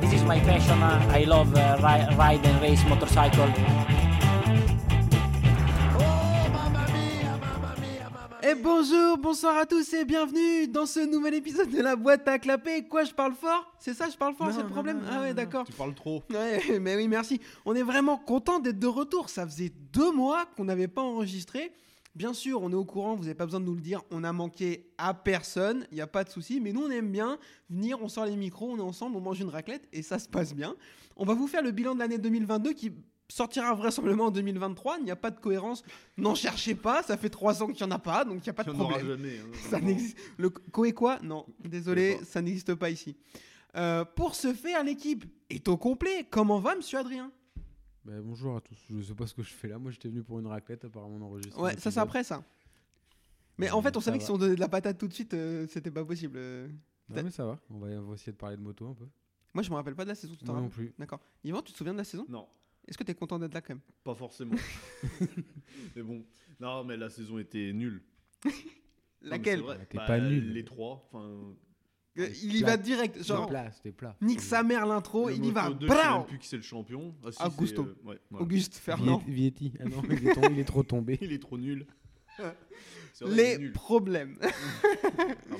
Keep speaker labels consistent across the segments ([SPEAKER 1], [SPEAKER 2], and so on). [SPEAKER 1] this is my passion. Uh, I love uh, ri- ride and race motorcycle.
[SPEAKER 2] Et Eh, bonjour, bonsoir à tous et bienvenue dans ce nouvel épisode de la boîte à clapper. Quoi, je parle fort C'est ça, je parle fort,
[SPEAKER 3] Non,
[SPEAKER 2] c'est le
[SPEAKER 3] non,
[SPEAKER 2] problème
[SPEAKER 3] non,
[SPEAKER 2] Ah
[SPEAKER 3] non,
[SPEAKER 2] ouais,
[SPEAKER 3] non.
[SPEAKER 2] d'accord.
[SPEAKER 3] Tu parles trop.
[SPEAKER 2] Ouais, mais oui, merci. On est vraiment content d'être de retour. Ça faisait deux mois qu'on n'avait pas enregistré. Bien sûr, on est au courant, vous n'avez pas besoin de nous le dire. On a manqué à personne, il n'y a pas de souci. Mais nous, on aime bien venir, on sort les micros, on est ensemble, on mange une raclette et ça se passe bien. On va vous faire le bilan de l'année 2022 qui sortira vraisemblablement en 2023. Il n'y a pas de cohérence. N'en cherchez pas, ça fait trois ans qu'il n'y en a pas, donc il n'y a pas de
[SPEAKER 3] Il y en aura
[SPEAKER 2] problème.
[SPEAKER 3] jamais. hein,
[SPEAKER 2] Ça
[SPEAKER 3] vraiment.
[SPEAKER 2] n'existe. Le co et quoi Non, désolé,
[SPEAKER 3] Je sais
[SPEAKER 2] ça n'existe pas ici. Euh, pour ce faire, l'équipe est au complet. Comment va, monsieur Adrien
[SPEAKER 4] Bah, bonjour à tous, je sais pas ce que je fais là, moi j'étais venu pour une raclette apparemment on enregistre un
[SPEAKER 2] Ouais, ça c'est
[SPEAKER 4] épisode.
[SPEAKER 2] après ça. Mais en
[SPEAKER 4] Euh,
[SPEAKER 2] fait, on
[SPEAKER 4] ça
[SPEAKER 2] savait que
[SPEAKER 4] va.
[SPEAKER 2] si on donnait de la patate tout de suite, euh, c'était pas possible. euh.
[SPEAKER 4] Non mais ça va, on va, on va essayer de parler de moto un peu.
[SPEAKER 2] Moi, je me rappelle pas de la saison, tu t'en
[SPEAKER 4] Moi non
[SPEAKER 2] rappelles
[SPEAKER 4] plus.
[SPEAKER 2] D'accord. Yvan, tu te souviens de la saison
[SPEAKER 3] Non,
[SPEAKER 2] Est-ce que t'es content d'être là quand même
[SPEAKER 3] pas forcément. mais bon. Non, mais la saison était nulle. Non, mais
[SPEAKER 2] Laquelle
[SPEAKER 3] c'est vrai. Ah,
[SPEAKER 4] Elle était
[SPEAKER 3] Bah,
[SPEAKER 4] pas nulle.
[SPEAKER 3] Les trois. Enfin,
[SPEAKER 2] Euh,
[SPEAKER 4] Ouais,
[SPEAKER 2] Il y
[SPEAKER 4] plat.
[SPEAKER 2] va direct.
[SPEAKER 4] C'était
[SPEAKER 2] Genre,
[SPEAKER 4] plat, c'était plat.
[SPEAKER 2] nique sa mère l'intro,
[SPEAKER 3] le
[SPEAKER 2] Oh, il y va.
[SPEAKER 3] Moto2, je sais
[SPEAKER 2] Bravo
[SPEAKER 3] même plus qui c'est le champion. Ah, si, c'est,
[SPEAKER 2] Augusto.
[SPEAKER 3] euh, ouais, voilà.
[SPEAKER 2] Auguste
[SPEAKER 4] Viet-
[SPEAKER 2] Fernand.
[SPEAKER 4] Vietti, ah non, il est, tombé- il est trop tombé.
[SPEAKER 3] Il est trop nul. C'est vrai, il est
[SPEAKER 2] Les
[SPEAKER 3] nul.
[SPEAKER 2] problèmes.
[SPEAKER 3] Ah, mais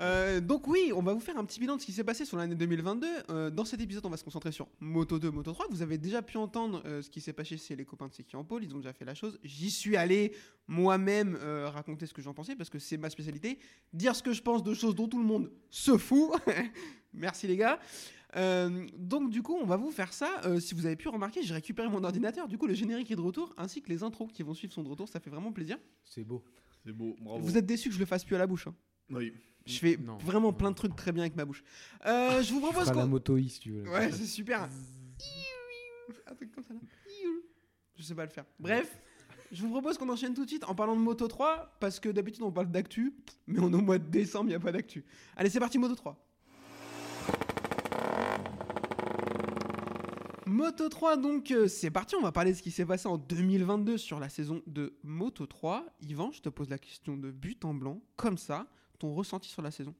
[SPEAKER 2] Euh, donc oui, on va vous faire un petit bilan de ce qui s'est passé sur l'année 2022. Euh, dans cet épisode, on va se concentrer sur Moto 2, Moto 3. Vous avez déjà pu entendre euh, ce qui s'est passé chez les copains de Seki en pôle. Ils ont déjà fait la chose. J'y suis allé moi-même euh, raconter ce que j'en pensais parce que c'est ma spécialité. Dire ce que je pense de choses dont tout le monde se fout. Merci les gars. Euh, donc du coup, on va vous faire ça. Euh, si vous avez pu remarquer, j'ai récupéré mon ordinateur. Du coup, le générique est de retour ainsi que les intros qui vont suivre sont de retour. Ça fait vraiment plaisir.
[SPEAKER 4] C'est beau.
[SPEAKER 3] C'est beau. Bravo.
[SPEAKER 2] Vous êtes déçus que je le fasse plus à la bouche. hein.
[SPEAKER 3] Oui.
[SPEAKER 2] Je fais
[SPEAKER 4] Non. Ah,
[SPEAKER 2] vraiment plein de trucs très bien avec ma bouche. Euh, je vous
[SPEAKER 4] Tu
[SPEAKER 2] propose
[SPEAKER 4] feras la
[SPEAKER 2] qu'on...
[SPEAKER 4] moto I si tu veux.
[SPEAKER 2] Ouais, c'est super. Un truc comme ça, là. Je sais pas le faire. Bref, je vous propose qu'on enchaîne tout de suite en parlant de Moto 3, parce que d'habitude on parle d'actu, mais on est au mois de décembre, il a pas d'actu. Allez, c'est parti, Moto 3. Moto 3, donc euh, c'est parti, on va parler de ce qui s'est passé en 2022 sur la saison de Moto 3. Yvan, je te pose la question de but en blanc, comme ça, ton ressenti sur la saison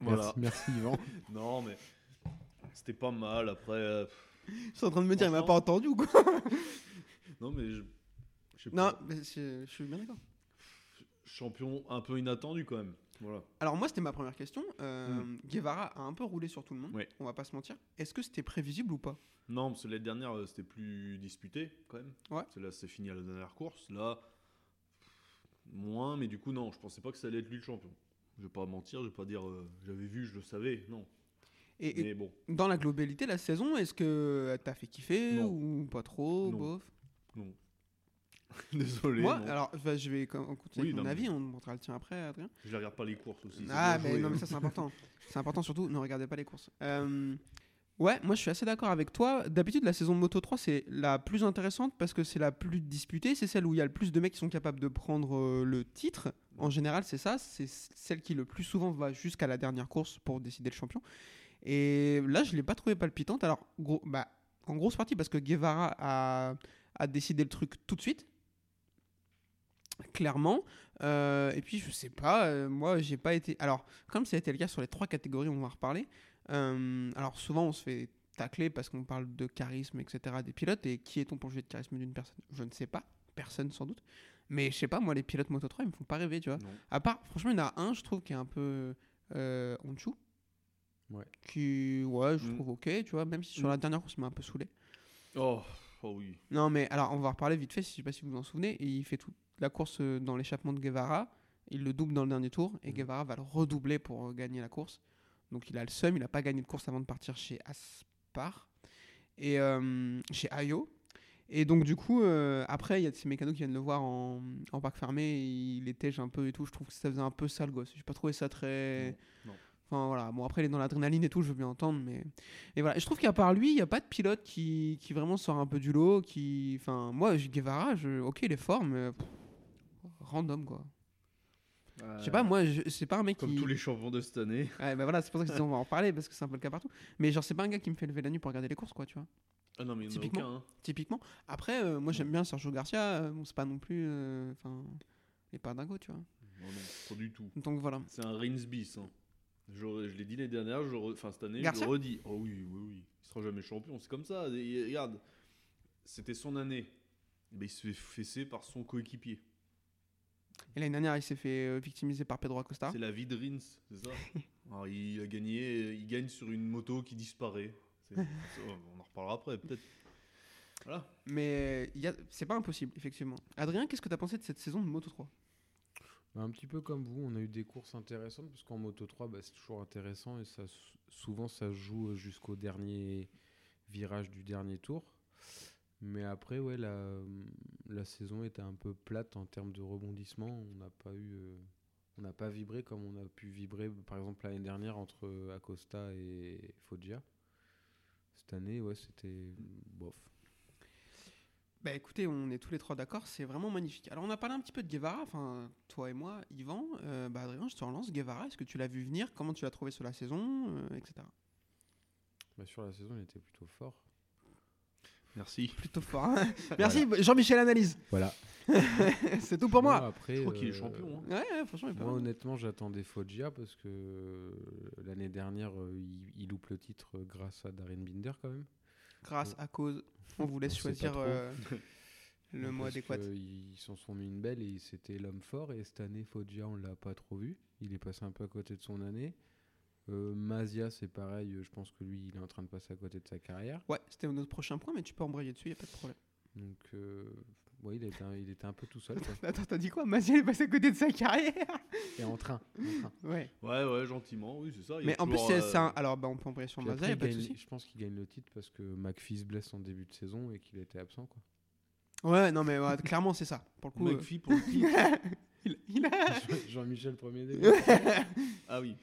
[SPEAKER 3] Voilà.
[SPEAKER 4] Merci, merci Yvan.
[SPEAKER 3] Non, mais c'était pas mal. Après, euh, pff,
[SPEAKER 2] Je suis en train de me dire, il m'a pas entendu ou quoi
[SPEAKER 3] non, mais je. je sais
[SPEAKER 2] Non,
[SPEAKER 3] pas.
[SPEAKER 2] mais je, je suis bien d'accord.
[SPEAKER 3] Champion un peu inattendu quand même. Voilà.
[SPEAKER 2] Alors moi, c'était ma première question. Euh, Guevara a un peu roulé sur tout le monde,
[SPEAKER 3] Hmm. Ouais.
[SPEAKER 2] on va pas se mentir. Est-ce que c'était prévisible ou pas
[SPEAKER 3] Non, parce que l'année dernière, euh, c'était plus disputé quand même.
[SPEAKER 2] Ouais.
[SPEAKER 3] Parce que Là, c'est fini à la dernière course. Là, moins, mais du coup, non, je pensais pas que ça allait être lui le champion. Je vais pas mentir, je vais pas dire euh, j'avais vu, je le savais. Non.
[SPEAKER 2] et, et
[SPEAKER 3] mais bon,
[SPEAKER 2] dans la globalité, la saison, est-ce que t'as fait kiffer
[SPEAKER 3] Non.
[SPEAKER 2] ou pas trop
[SPEAKER 3] Non.
[SPEAKER 2] bof
[SPEAKER 3] désolé.
[SPEAKER 2] Moi,
[SPEAKER 3] non.
[SPEAKER 2] alors bah, je vais com- continuer
[SPEAKER 3] Oui,
[SPEAKER 2] avec mon
[SPEAKER 3] non, mais-
[SPEAKER 2] avis, on montrera le tien après, Adrien.
[SPEAKER 3] Je la regarde pas les courses aussi. c'est
[SPEAKER 2] Ah,
[SPEAKER 3] bien
[SPEAKER 2] mais
[SPEAKER 3] joué,
[SPEAKER 2] non, mais
[SPEAKER 3] hein.
[SPEAKER 2] ça c'est important. c'est important surtout, ne regardez pas les courses. Euh, ouais, moi je suis assez d'accord avec toi. D'habitude, la saison de Moto 3, c'est la plus intéressante parce que c'est la plus disputée. C'est celle où il y a le plus de mecs qui sont capables de prendre euh, le titre. En général, c'est ça. C'est c- celle qui le plus souvent va jusqu'à la dernière course pour décider le champion. Et là, je l'ai pas trouvée palpitante. Alors, gros, bah, en grosse partie parce que Guevara a, a décidé le truc tout de suite. Clairement. Euh, et puis, je sais pas, euh, moi, j'ai pas été. Alors, comme ça a été le cas sur les trois catégories, on va en reparler. euh, alors, souvent, on se fait tacler parce qu'on parle de charisme, etc., des pilotes. Et qui est-on pour juger de charisme d'une personne Je ne sais pas. Personne, sans doute. Mais je sais pas, moi, les pilotes Moto 3, ils me font pas rêver, tu vois.
[SPEAKER 3] Non.
[SPEAKER 2] À part, franchement, il y en a un, je trouve, qui est un peu euh, Honshu.
[SPEAKER 4] Ouais.
[SPEAKER 2] Qui, ouais, je
[SPEAKER 3] Mm.
[SPEAKER 2] trouve ok, tu vois, même si sur
[SPEAKER 3] Mm.
[SPEAKER 2] la dernière course, il m'a un peu saoulé.
[SPEAKER 3] Oh, oh oui.
[SPEAKER 2] Non, mais alors, on va reparler vite fait, si je sais pas si vous vous en souvenez. Il fait toute la course euh, dans l'échappement de Guevara. Il le double dans le dernier tour et
[SPEAKER 3] Mm.
[SPEAKER 4] Mhm.
[SPEAKER 2] Guevara va le redoubler pour euh, gagner la course. Donc, il a le seum. Il n'a pas gagné de course avant de partir chez Aspar et euh, chez Ayo. Et donc, du coup, euh, après, il y a de ces mécanos qui viennent le voir en, en parc fermé. et il étège un peu et tout. Je trouve que ça faisait un peu sale gosse. J'ai pas trouvé ça très.
[SPEAKER 3] Non, non.
[SPEAKER 2] Enfin, voilà. Bon, après, il est dans l'adrénaline et tout, je veux bien entendre, mais. Et voilà, Et je trouve qu'à part lui, il n'y a pas de pilote qui, qui vraiment sort un peu du lot, qui... Enfin, moi, je- Guevara, je... ok, il est fort, mais... pff, random, quoi. Je sais pas, moi, je... c'est pas un mec
[SPEAKER 3] Euh, Comme
[SPEAKER 2] qui...
[SPEAKER 3] tous les champions de cette année.
[SPEAKER 2] Ouais, bah voilà, c'est pour ça que je disais, on va en parler, parce que c'est un peu le cas partout. Mais genre, c'est pas un gars qui me fait lever la nuit pour regarder les courses, quoi, tu vois.
[SPEAKER 3] Ah non, mais il n'y en a
[SPEAKER 2] Typiquement.
[SPEAKER 3] aucun. hein.
[SPEAKER 2] Typiquement. Après, euh, moi, j'aime bien Sergio Garcia, euh, bon, c'est pas non plus... euh, Enfin... et pas dingo, tu vois.
[SPEAKER 3] Oh non, pas du tout.
[SPEAKER 2] Donc voilà.
[SPEAKER 3] C'est un Rinsby, ça. J'aurais- hein. Je, l'ai dit l'année dernière, je re- enfin cette année, je
[SPEAKER 2] Garcia
[SPEAKER 3] le redis. Oh oui, oui, oui. Il sera jamais champion, c'est comme ça. Et regarde, c'était son année. Mais il se fait fesser par son coéquipier.
[SPEAKER 2] Et l'année dernière, il s'est fait euh, victimiser par Pedro Acosta.
[SPEAKER 3] C'est la vie de Rins, c'est ça Alors, il a gagné, il gagne sur une moto qui disparaît. C'est- c'est- on en reparlera après, peut-être. Voilà.
[SPEAKER 2] Mais il y a- c'est pas impossible, effectivement. Adrien, qu'est-ce que t'as pensé de cette saison de Moto 3
[SPEAKER 4] Bah, un petit peu comme vous, on a eu des courses intéressantes parce qu'en Moto 3, bah, c'est toujours intéressant et ça, s- souvent ça se joue euh, jusqu'au dernier virage du dernier tour. Mais après, ouais, la, euh, la saison était un peu plate en termes de rebondissement. On n'a pas eu, euh, on n'a pas vibré comme on a pu vibrer, par exemple l'année dernière entre euh, Acosta et Foggia. Cette année, ouais, c'était bof.
[SPEAKER 2] Bah écoutez, on est tous les trois d'accord, c'est vraiment magnifique. Alors on a parlé un petit peu de Guevara, enfin toi et moi, Yvan, Euh, bah Adrien, je te relance. Guevara, est-ce que tu l'as vu venir Comment tu l'as trouvé sur la saison Euh, Etc.
[SPEAKER 4] Bah, sur la saison, il était plutôt fort.
[SPEAKER 3] Merci.
[SPEAKER 2] Plutôt fort. hein. Merci Jean-Michel Analyse.
[SPEAKER 4] Voilà.
[SPEAKER 2] c'est tout pour
[SPEAKER 4] Sinon,
[SPEAKER 2] moi.
[SPEAKER 4] Après,
[SPEAKER 3] Je crois qu'il est
[SPEAKER 4] euh,
[SPEAKER 3] champion. hein.
[SPEAKER 2] Ouais, ouais, franchement, il est pas
[SPEAKER 4] Moi,
[SPEAKER 2] mal.
[SPEAKER 4] honnêtement, j'attendais Foggia parce que euh, l'année dernière, euh, il, il loupe le titre euh, grâce à Darren Binder quand même.
[SPEAKER 2] Grâce à cause, on vous laisse
[SPEAKER 4] On sait
[SPEAKER 2] choisir
[SPEAKER 4] pas trop.
[SPEAKER 2] euh, le mot
[SPEAKER 4] Parce
[SPEAKER 2] adéquat.
[SPEAKER 4] que Ils s'en sont mis une belle et c'était l'homme fort. Et cette année, Foggia, on l'a pas trop vu. Il est passé un peu à côté de son année. Euh, Mazia, c'est pareil. euh, Je pense que lui, il est en train de passer à côté de sa carrière.
[SPEAKER 2] Ouais, c'était notre prochain point, mais tu peux embrayer dessus, y a pas de problème.
[SPEAKER 4] Donc, euh, ouais, il était, un, il était un peu tout seul. quoi.
[SPEAKER 2] Attends, t'as dit quoi Maziel est passé à côté de sa carrière
[SPEAKER 4] Et en train. en train.
[SPEAKER 2] Ouais.
[SPEAKER 3] Ouais, ouais, gentiment, oui, c'est ça. il y a
[SPEAKER 2] Mais en plus,
[SPEAKER 3] toujours,
[SPEAKER 2] c'est
[SPEAKER 3] euh,
[SPEAKER 2] c'est un- Alors, bah, on peut embrayer sur
[SPEAKER 4] Puis
[SPEAKER 2] Maziel, y a
[SPEAKER 4] après, il
[SPEAKER 2] pas de
[SPEAKER 4] gagne-
[SPEAKER 2] souci.
[SPEAKER 4] je pense qu'il gagne le titre parce que McPhee se blesse en début de saison et qu'il était absent. Quoi.
[SPEAKER 2] Ouais, non, mais ouais, clairement, c'est ça. Pour le coup. euh,
[SPEAKER 3] McPhee pour le titre.
[SPEAKER 2] il- il a.
[SPEAKER 4] Jean- Jean-Michel Premier dé.
[SPEAKER 3] Ah oui.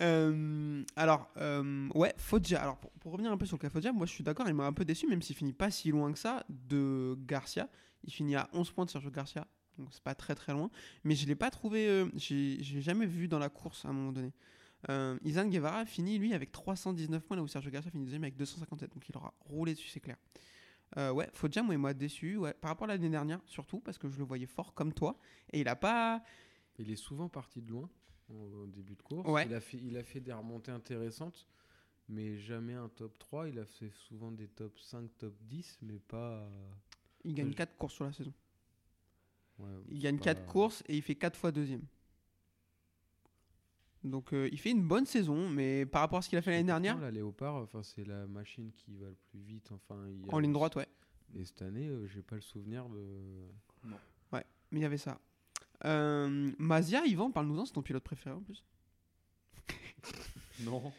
[SPEAKER 2] Euh, alors, euh, ouais, Foggia. Alors, pour, pour revenir un peu sur le cas Foggia, moi je suis d'accord, il m'a un peu déçu, même s'il finit pas si loin que ça de Garcia. Il finit à 11 points de Sergio Garcia, donc c'est pas très très loin. Mais je l'ai pas trouvé, euh, j'ai j'ai jamais vu dans la course à un moment donné. Euh, Izan Guevara finit lui avec 319 points, là où Sergio Garcia finit deuxième avec 257, donc il aura roulé dessus, c'est clair. Euh, ouais, Foggia, moi il m'a déçu, ouais, par rapport à l'année dernière, surtout parce que je le voyais fort comme toi, et il a pas.
[SPEAKER 4] Il est souvent parti de loin au au début de course.
[SPEAKER 2] Ouais.
[SPEAKER 4] Il, a fait, il a fait des remontées intéressantes, mais jamais un top 3. Il a fait souvent des top 5, top 10, mais pas. euh,
[SPEAKER 2] Il gagne
[SPEAKER 4] Ouais, je-
[SPEAKER 2] 4 courses sur la saison.
[SPEAKER 4] ouais,
[SPEAKER 2] Il
[SPEAKER 4] c'est
[SPEAKER 2] gagne
[SPEAKER 4] pas-
[SPEAKER 2] 4 courses et il fait 4 fois deuxième. Donc euh, il fait une bonne saison, mais par rapport à ce qu'il a fait
[SPEAKER 4] Et
[SPEAKER 2] l'année
[SPEAKER 4] pourtant,
[SPEAKER 2] dernière,
[SPEAKER 4] La Léopard, enfin, c'est la machine qui va le plus vite. Enfin, il y a
[SPEAKER 2] en ligne
[SPEAKER 4] le-
[SPEAKER 2] droite, ouais.
[SPEAKER 4] Et cette année, euh, j'ai pas le souvenir de.
[SPEAKER 2] Mais il y avait ça. Euh, Mazia, Yvan, parle-nous-en, c'est ton pilote préféré en plus.
[SPEAKER 3] Non. Non,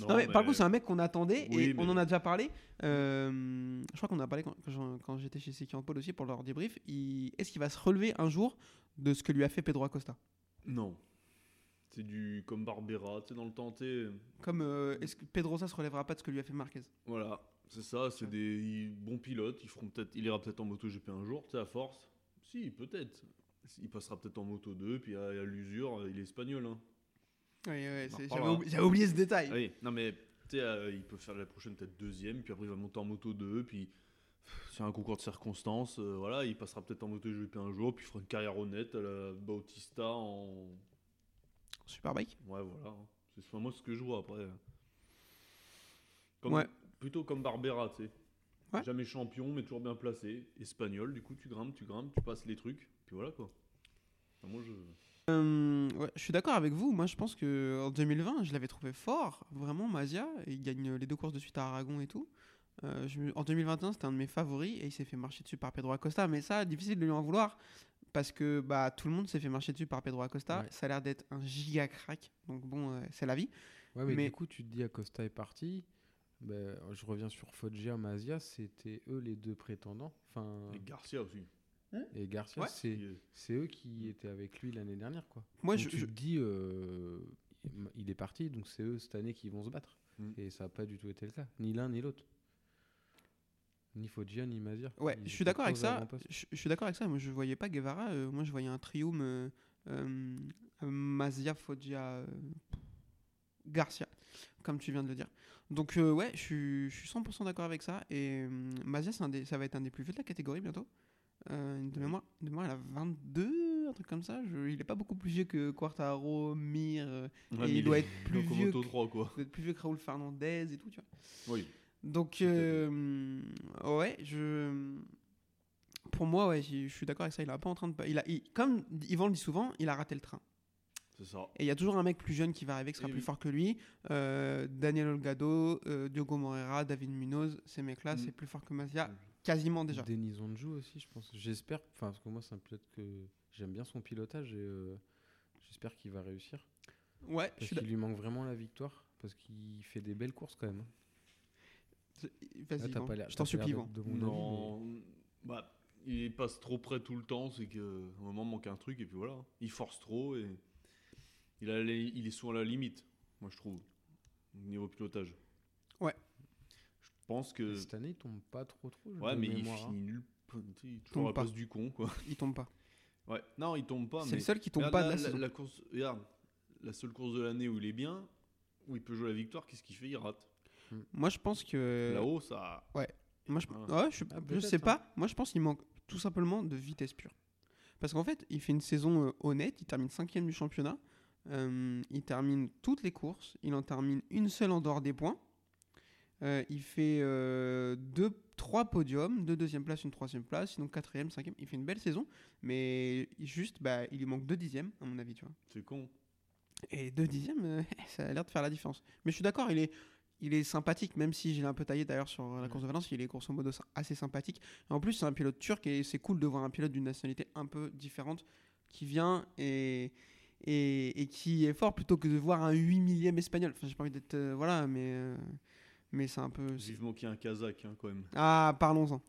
[SPEAKER 2] Non, mais par
[SPEAKER 3] mais-
[SPEAKER 2] contre, c'est un mec qu'on attendait et
[SPEAKER 3] Oui, mais-
[SPEAKER 2] on en a déjà parlé. Euh, je crois qu'on en a parlé quand, quand j'en- quand j'étais chez Seki en Paul aussi pour leur débrief. Il- Est-ce qu'il va se relever un jour de ce que lui a fait Pedro Acosta
[SPEAKER 3] Non. C'est du comme Barbera, tu sais, dans le temps, tu sais,
[SPEAKER 2] Comme euh, est-ce que Pedrosa se relèvera pas de ce que lui a fait Marquez
[SPEAKER 3] Voilà, c'est ça, c'est des bons pilotes. Ils feront peut-être, il ira peut-être en moto GP un jour, tu sais, à force. Si, peut-être. Il passera peut-être en moto 2, puis à, à l'usure, il est espagnol. Hein.
[SPEAKER 2] Ouais, ouais,
[SPEAKER 3] On en
[SPEAKER 2] c'est- j'avais
[SPEAKER 3] reparlera.
[SPEAKER 2] oubli- j'avais oublié ce détail.
[SPEAKER 3] Ah oui, non mais tu sais, euh, il peut faire la prochaine peut-être deuxième, puis après il va monter en moto 2, puis pff, c'est un concours de circonstances, euh, voilà, il passera peut-être en moto GP un jour, puis il fera une carrière honnête à la Bautista en.
[SPEAKER 2] Superbike.
[SPEAKER 3] Ouais, voilà. hein. C'est soit moi ce que je vois après. hein. Comme-
[SPEAKER 2] Ouais.
[SPEAKER 3] Plutôt comme Barbera, tu sais.
[SPEAKER 2] Ouais.
[SPEAKER 3] Jamais champion, mais toujours bien placé. Espagnol, du coup, tu grimpes, tu grimpes, tu passes les trucs, puis voilà quoi. Enfin, moi, je.
[SPEAKER 2] Euh, ouais, je suis d'accord avec vous. Moi, je pense que en 2020, je l'avais trouvé fort, vraiment Mazia. Il gagne les deux courses de suite à Aragon et tout. Euh, je- en 2021, c'était un de mes favoris et il s'est fait marcher dessus par Pedro Acosta. Mais ça, difficile de lui en vouloir parce que bah tout le monde s'est fait marcher dessus par Pedro Acosta.
[SPEAKER 4] Ouais.
[SPEAKER 2] Ça a l'air d'être un giga crack. Donc bon, euh, c'est la vie.
[SPEAKER 4] Ouais, mais,
[SPEAKER 2] Mais-
[SPEAKER 4] du coup, tu te dis Acosta est parti. Ben, je reviens sur Foggia, Mazia, c'était eux les deux prétendants. Enfin,
[SPEAKER 3] Et Garcia aussi.
[SPEAKER 4] et Garcia,
[SPEAKER 2] Ouais.
[SPEAKER 4] c'est
[SPEAKER 3] Il est-
[SPEAKER 4] c'est eux qui étaient avec lui l'année dernière, quoi.
[SPEAKER 2] Moi,
[SPEAKER 4] Donc
[SPEAKER 2] je,
[SPEAKER 4] tu
[SPEAKER 2] je-
[SPEAKER 4] te dis, euh, il est parti, donc c'est eux cette année qui vont se battre.
[SPEAKER 3] Mm.
[SPEAKER 4] Et ça n'a pas du tout été le cas, ni l'un ni l'autre. Ni Foggia, ni Mazir.
[SPEAKER 2] ouais, je suis d'accord avec ça. Je, je suis d'accord avec ça. Moi, je voyais pas Guevara. euh, moi, je voyais un trium euh, euh, Mazia, Foggia, euh, Garcia, comme tu viens de le dire. Donc, euh, ouais, je suis, je suis 100% d'accord avec ça. Et euh, Mazia, c'est un des- ça va être un des plus vieux de la catégorie bientôt. Euh, de, mémoire, de mémoire, elle a 22, un un truc comme ça. Je- il est pas beaucoup plus vieux que Quartaro, Mir. euh,
[SPEAKER 3] Ouais, mais
[SPEAKER 2] et il doit être plus
[SPEAKER 3] donc en
[SPEAKER 2] vieux.
[SPEAKER 3] moto
[SPEAKER 2] que-
[SPEAKER 3] 3, quoi.
[SPEAKER 2] il doit être plus vieux que Raoul Fernandez et tout, tu vois.
[SPEAKER 3] Oui.
[SPEAKER 2] Donc,
[SPEAKER 3] à fait.
[SPEAKER 2] euh, ouais, je. Pour moi, ouais, j'y- je suis d'accord avec ça. Il a pas en train de. pa- Il a, il- comme Yvan le dit souvent, il a raté le train.
[SPEAKER 3] C'est ça.
[SPEAKER 2] Et il y a toujours un mec plus jeune qui va arriver, qui sera
[SPEAKER 3] Eh
[SPEAKER 2] plus
[SPEAKER 3] oui.
[SPEAKER 2] fort que lui. Euh, Daniel Olgado, euh, Diogo Moreira, David Munoz, ces mecs-là,
[SPEAKER 3] Mm.
[SPEAKER 2] c'est plus fort que Mazia,
[SPEAKER 3] Mm.
[SPEAKER 2] quasiment déjà.
[SPEAKER 4] Denis Anjou aussi, je pense. J'espère, enfin, parce que moi, ça peut-être que j'aime bien son pilotage et euh, j'espère qu'il va réussir.
[SPEAKER 2] Ouais, je
[SPEAKER 4] Parce
[SPEAKER 2] suis d'ac-
[SPEAKER 4] qu'il lui manque vraiment la victoire, parce qu'il fait des belles courses quand même. Là,
[SPEAKER 3] Ah,
[SPEAKER 2] Vas-y,
[SPEAKER 4] t'as
[SPEAKER 2] Yvan,
[SPEAKER 4] pas l'air-
[SPEAKER 2] je
[SPEAKER 4] t'as
[SPEAKER 2] t'en
[SPEAKER 4] pas
[SPEAKER 2] supplie, hein.
[SPEAKER 4] l'air
[SPEAKER 2] Yvan.
[SPEAKER 4] d'être de mon avis, mais-
[SPEAKER 3] Non. Bah, il passe trop près tout le temps, c'est qu'à un moment, manque un truc, et puis voilà. Il force trop, et il, a les- il est souvent à la limite, moi, je trouve, au niveau pilotage.
[SPEAKER 2] Ouais.
[SPEAKER 3] Je pense que.
[SPEAKER 4] Cette année, il tombe pas trop trop.
[SPEAKER 3] Ouais,
[SPEAKER 4] de
[SPEAKER 3] mais il
[SPEAKER 4] mémoire, hein.
[SPEAKER 3] finit nul. Il est
[SPEAKER 2] Tombe
[SPEAKER 3] toujours à la
[SPEAKER 2] pas.
[SPEAKER 3] place du con, quoi.
[SPEAKER 2] Il tombe pas.
[SPEAKER 3] Ouais. Non, il tombe pas,
[SPEAKER 2] C'est
[SPEAKER 3] Oh, mais.
[SPEAKER 2] le seul qui tombe
[SPEAKER 3] Regarde,
[SPEAKER 2] pas de
[SPEAKER 3] là,
[SPEAKER 2] la,
[SPEAKER 3] la,
[SPEAKER 2] saison.
[SPEAKER 3] la course, regarde, la seule course de l'année où il est bien, où il peut jouer la victoire, qu'est-ce qu'il fait Il rate.
[SPEAKER 2] Moi, je pense que.
[SPEAKER 3] Là-haut, ça.
[SPEAKER 2] Moi, je,
[SPEAKER 3] Ah.
[SPEAKER 2] ouais, je,
[SPEAKER 4] Ah,
[SPEAKER 2] je
[SPEAKER 4] peut-être,
[SPEAKER 2] sais
[SPEAKER 4] hein.
[SPEAKER 2] pas. Moi, je pense qu'il manque tout simplement de vitesse pure. Parce qu'en fait, il fait une saison euh, honnête. Il termine cinquième du championnat. Euh, il termine toutes les courses. Il en termine une seule en dehors des points. Euh, il fait euh, deux, trois podiums, deux deuxième places, une troisième place, sinon quatrième, cinquième. Il fait une belle saison, mais juste, bah, il lui manque deux dixièmes, à mon avis, tu vois.
[SPEAKER 3] C'est con.
[SPEAKER 2] Et deux dixièmes, euh, ça a l'air de faire la différence. Mais je suis d'accord, il est, il est sympathique, même si j'ai un peu taillé d'ailleurs sur euh, la course de Valence, il est grosso modo sy- assez sympathique. Et en plus, c'est un pilote turc et c'est cool de voir un pilote d'une nationalité un peu différente qui vient et, et, et qui est fort plutôt que de voir un 8 millième espagnol. Enfin, j'ai pas envie d'être. euh, voilà, mais, euh, mais c'est un peu. c'est-
[SPEAKER 3] Vivement qu'il y a un Kazakh, hein, quand même.
[SPEAKER 2] Ah, parlons-en.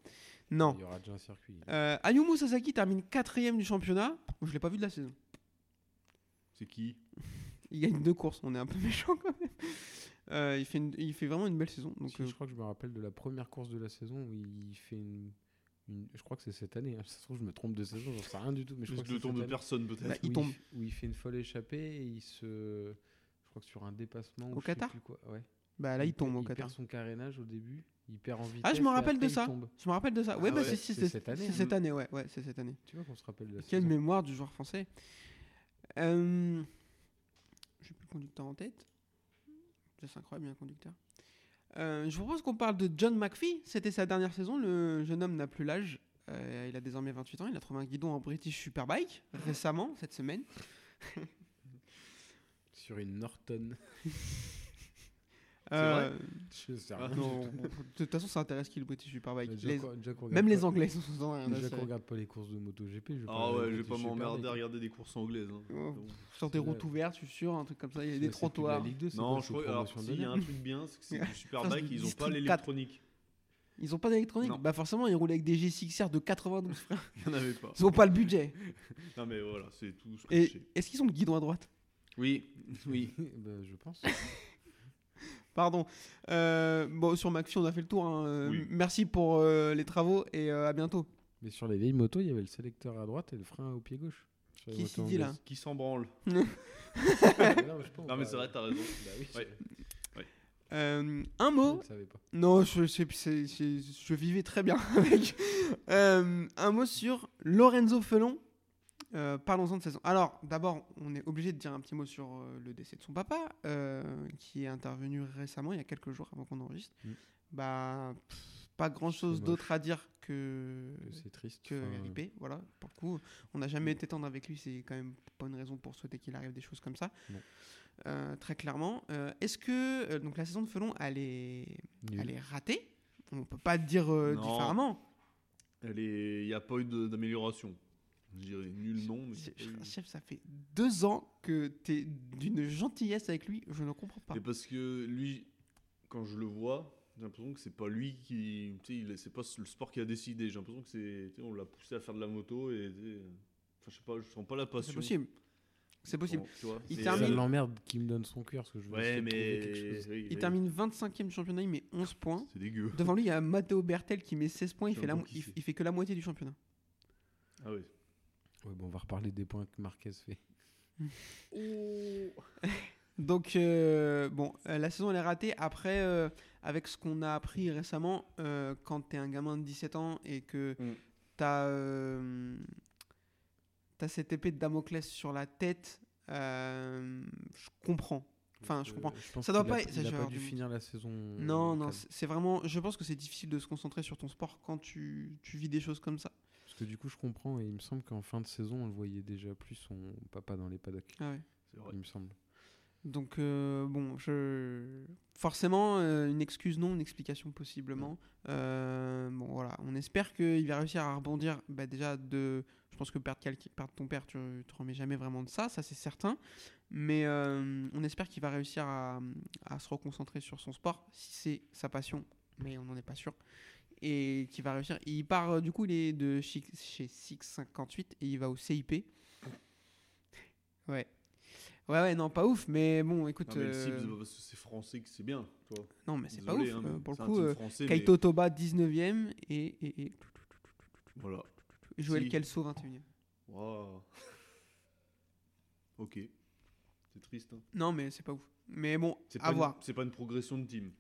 [SPEAKER 2] Non.
[SPEAKER 4] Il y aura déjà un circuit.
[SPEAKER 2] Euh, Ayumu Sasaki termine quatrième du championnat. Je l'ai pas vu de la saison.
[SPEAKER 3] C'est qui
[SPEAKER 2] Il gagne deux courses, on est un peu méchant quand même. Euh, il, fait une- il fait vraiment une belle saison. Donc,
[SPEAKER 4] Si,
[SPEAKER 2] euh,
[SPEAKER 4] je crois que je me rappelle de la première course de la saison où il fait une. une- je crois que c'est cette année. hein. Ça se trouve, je me trompe de saison, j'en sais rien du tout. Mais je
[SPEAKER 3] Plus
[SPEAKER 4] crois que
[SPEAKER 3] de
[SPEAKER 4] c'est
[SPEAKER 3] tombe
[SPEAKER 4] cette
[SPEAKER 3] de
[SPEAKER 4] année.
[SPEAKER 3] personne, peut-être.
[SPEAKER 2] Bah, il
[SPEAKER 4] où
[SPEAKER 2] tombe.
[SPEAKER 4] f- où il fait une folle échappée et il se. Je crois que sur un dépassement. ou
[SPEAKER 2] Au
[SPEAKER 4] je sais
[SPEAKER 2] Qatar
[SPEAKER 4] plus quoi, ouais.
[SPEAKER 2] bah là, il tombe au
[SPEAKER 4] Il
[SPEAKER 2] Qatar.
[SPEAKER 4] perd son carénage au début. Il perd en vitesse.
[SPEAKER 2] Ah, je me
[SPEAKER 4] et
[SPEAKER 2] rappelle
[SPEAKER 4] après,
[SPEAKER 2] de
[SPEAKER 4] il
[SPEAKER 2] ça.
[SPEAKER 4] tombe.
[SPEAKER 2] Je me rappelle de ça.
[SPEAKER 4] Ah
[SPEAKER 2] ouais, bah
[SPEAKER 3] ouais,
[SPEAKER 2] c'est si,
[SPEAKER 4] c'est
[SPEAKER 2] c'est
[SPEAKER 4] cette année,
[SPEAKER 2] C'est
[SPEAKER 4] hein.
[SPEAKER 2] cette année, ouais, ouais, c'est cette année.
[SPEAKER 4] Tu vois qu'on se rappelle de la
[SPEAKER 2] Quelle
[SPEAKER 4] saison.
[SPEAKER 2] mémoire du joueur français. Euh, J'ai plus le conducteur en tête. Ça, C'est incroyable, il y a un conducteur. Euh, je vous propose qu'on parle de John McPhee. C'était sa dernière saison. Le jeune homme n'a plus l'âge. Euh, il a désormais 28 ans. Il a trouvé un guidon en British Superbike récemment, cette semaine.
[SPEAKER 4] Sur une Norton.
[SPEAKER 3] C'est vrai
[SPEAKER 2] Euh,
[SPEAKER 4] je sais
[SPEAKER 3] Ah,
[SPEAKER 4] rien.
[SPEAKER 2] Non, de toute façon, ça intéresse qui le British Superbike
[SPEAKER 4] Déjà
[SPEAKER 2] Les-
[SPEAKER 4] qu'on- déjà qu'on
[SPEAKER 2] Même
[SPEAKER 4] regarde
[SPEAKER 2] les
[SPEAKER 4] pas-
[SPEAKER 2] Anglais sont souvent hein, rien à
[SPEAKER 4] Déjà
[SPEAKER 2] cirer.
[SPEAKER 4] qu'on regarde pas les courses de MotoGP. Je
[SPEAKER 3] Ah ouais, je vais pas m'emmerder à
[SPEAKER 4] regarder
[SPEAKER 3] regarder des courses anglaises. hein.
[SPEAKER 2] Oh,
[SPEAKER 3] Donc,
[SPEAKER 2] Sur des
[SPEAKER 4] c'est
[SPEAKER 2] routes
[SPEAKER 4] vrai.
[SPEAKER 2] ouvertes, je suis sûr, un truc comme ça, il y a
[SPEAKER 4] C'est-
[SPEAKER 2] des
[SPEAKER 4] c'est plus de la
[SPEAKER 2] trottoirs.
[SPEAKER 4] Ligue 2, c'est
[SPEAKER 3] Non,
[SPEAKER 4] quoi,
[SPEAKER 3] je
[SPEAKER 4] c'est
[SPEAKER 3] crois. Alors,
[SPEAKER 4] promotion
[SPEAKER 3] s'il
[SPEAKER 4] de
[SPEAKER 3] y a
[SPEAKER 4] la-
[SPEAKER 3] un truc bien, c'est que c'est du Superbike, ils ont pas
[SPEAKER 2] District
[SPEAKER 3] l'électronique.
[SPEAKER 2] Ils ont pas d'électronique
[SPEAKER 3] Non.
[SPEAKER 2] Bah forcément, ils roulent avec des G6R de 92 frères.
[SPEAKER 3] Il y en avait pas.
[SPEAKER 2] Ils ont pas le budget.
[SPEAKER 3] Non, mais voilà, c'est tout ce que je
[SPEAKER 2] Et
[SPEAKER 3] sais.
[SPEAKER 2] est-ce qu'ils ont le guidon à droite
[SPEAKER 3] Oui, oui.
[SPEAKER 4] Bah, je pense.
[SPEAKER 2] Pardon. Euh, bon, sur McPhee, on a fait le tour. hein. Euh,
[SPEAKER 3] Oui.
[SPEAKER 2] Merci pour euh, les travaux et euh, à bientôt.
[SPEAKER 4] Mais sur les vieilles motos, il y avait le sélecteur à droite et le frein au pied gauche. Sur les
[SPEAKER 2] Qui s'y
[SPEAKER 4] motos
[SPEAKER 2] dit, là
[SPEAKER 4] anglaises.
[SPEAKER 3] Qui s'en branle
[SPEAKER 4] non, mais, je pense,
[SPEAKER 3] Non, mais
[SPEAKER 4] bah,
[SPEAKER 3] c'est vrai, t'as raison.
[SPEAKER 4] Bah oui,
[SPEAKER 3] Ouais.
[SPEAKER 2] Euh, un
[SPEAKER 4] je
[SPEAKER 2] mot
[SPEAKER 4] ne savais pas.
[SPEAKER 2] Non, je, c'est- c'est- c'est- je vivais très bien avec. Euh, un mot sur Lorenzo Felon. Euh, Parlons-en de saison. Alors, d'abord, on est obligé de dire un petit mot sur euh, le décès de son papa, euh, qui est intervenu récemment, il y a quelques jours avant qu'on enregistre.
[SPEAKER 4] Mm.
[SPEAKER 2] Bah, pff, pas grand-chose
[SPEAKER 4] moche.
[SPEAKER 2] d'autre à dire que
[SPEAKER 4] Que C'est Mm. triste.
[SPEAKER 2] que
[SPEAKER 4] enfin,
[SPEAKER 2] RIP, voilà, pour le coup. On n'a jamais été tendre avec lui, c'est quand même pas une raison pour souhaiter qu'il arrive des choses comme ça.
[SPEAKER 4] Non.
[SPEAKER 2] Euh, très clairement. Euh, Est-ce que euh, donc la saison de Felon, elle est,
[SPEAKER 4] nul.
[SPEAKER 2] elle est ratée On peut pas dire euh,
[SPEAKER 3] Non.
[SPEAKER 2] différemment.
[SPEAKER 3] Elle est- Il n'y a pas eu de- d'amélioration. Je dirais nul non, mais.
[SPEAKER 2] C'est-
[SPEAKER 3] il y a pas eu-
[SPEAKER 2] Chef, ça fait deux ans que tu es d'une gentillesse avec lui, je ne comprends pas.
[SPEAKER 3] Mais parce que lui, quand je le vois, j'ai l'impression que c'est pas lui qui. Tu sais, il- c'est pas le sport qui a décidé. J'ai l'impression que c'est. tu sais, on l'a poussé à faire de la moto et. tu sais, Enfin, je sais pas, je sens pas la passion.
[SPEAKER 2] C'est possible. C'est possible.
[SPEAKER 3] Bon, tu vois,
[SPEAKER 2] Il
[SPEAKER 3] mais,
[SPEAKER 4] Ça
[SPEAKER 2] termine-
[SPEAKER 4] l'emmerde qui me donne son cœur parce que je veux
[SPEAKER 3] Ouais,
[SPEAKER 4] essayer de trouver quelque
[SPEAKER 3] mais.
[SPEAKER 4] chose.
[SPEAKER 3] oui,
[SPEAKER 2] Il
[SPEAKER 3] oui.
[SPEAKER 2] termine 25e du championnat, il met 11 points.
[SPEAKER 3] C'est dégueu.
[SPEAKER 2] Devant lui, il y a Matteo Bertel qui met 16 points, il
[SPEAKER 3] Je
[SPEAKER 2] fait, la,
[SPEAKER 3] vois
[SPEAKER 2] mo-
[SPEAKER 3] qui
[SPEAKER 2] il,
[SPEAKER 3] c'est.
[SPEAKER 2] il fait que la moitié du championnat.
[SPEAKER 3] Ah ouais.
[SPEAKER 4] Ouais, bon, on va reparler des points que Marquez fait.
[SPEAKER 2] Donc, euh, bon, euh, la saison elle est ratée. Après, euh, avec ce qu'on a appris récemment, euh, Mm. quand t'es un gamin de 17 ans et que
[SPEAKER 3] Mm.
[SPEAKER 2] t'as. euh, t'as- t'as cette épée de Damoclès sur la tête. euh, je comprends. Enfin, je
[SPEAKER 4] Euh,
[SPEAKER 2] comprends.
[SPEAKER 4] pense
[SPEAKER 2] Ça doit
[SPEAKER 4] qu'il a-
[SPEAKER 2] pas- ça,
[SPEAKER 4] Il
[SPEAKER 2] je
[SPEAKER 4] a
[SPEAKER 2] vais
[SPEAKER 4] pas
[SPEAKER 2] avoir
[SPEAKER 4] dû
[SPEAKER 2] du-
[SPEAKER 4] finir la saison. euh,
[SPEAKER 2] Non, non,
[SPEAKER 4] quatre.
[SPEAKER 2] c'est c'est vraiment. Je pense que c'est difficile de se concentrer sur ton sport quand tu, tu vis des choses comme ça.
[SPEAKER 4] Parce que du coup, je comprends et il me semble qu'en fin de saison, on le voyait déjà plus son papa dans les paddocks.
[SPEAKER 2] Ah ouais.
[SPEAKER 3] C'est vrai.
[SPEAKER 4] Il me semble.
[SPEAKER 2] Donc, euh, bon, je... forcément, euh, une excuse non, une explication possiblement. Euh, bon, voilà, on espère qu'il va réussir à rebondir. Bah, déjà, de... je pense que perdre, quelqu'un- perdre ton père, tu ne te remets jamais vraiment de ça, ça c'est certain. Mais euh, on espère qu'il va réussir à, à se reconcentrer sur son sport, si c'est sa passion, mais on n'en est pas sûr. Et qu'il va réussir. Il part, euh, du coup, il est de chi- chez 658 et il va au CIP.
[SPEAKER 3] Oh.
[SPEAKER 2] Ouais. Ouais, ouais, non, pas ouf, mais bon, écoute.
[SPEAKER 3] Non, mais le
[SPEAKER 2] euh,
[SPEAKER 3] cible, c'est pas parce que c'est français que c'est bien. tu vois.
[SPEAKER 2] non, mais c'est pas ouf.
[SPEAKER 3] Désolé, hein,
[SPEAKER 2] euh,
[SPEAKER 3] mais
[SPEAKER 2] pour
[SPEAKER 3] c'est
[SPEAKER 2] le
[SPEAKER 3] un
[SPEAKER 2] coup,
[SPEAKER 3] team
[SPEAKER 2] euh,
[SPEAKER 3] français, mais
[SPEAKER 2] Kaito Toba 19ème et, et, et
[SPEAKER 3] Voilà.
[SPEAKER 2] Joël
[SPEAKER 3] Si.
[SPEAKER 2] Kelso 21ème.
[SPEAKER 3] Waouh. ok. C'est triste. hein.
[SPEAKER 2] Non, mais c'est pas ouf. Mais bon,
[SPEAKER 3] C'est
[SPEAKER 2] à
[SPEAKER 3] pas,
[SPEAKER 2] voir.
[SPEAKER 3] une- c'est pas une progression de team.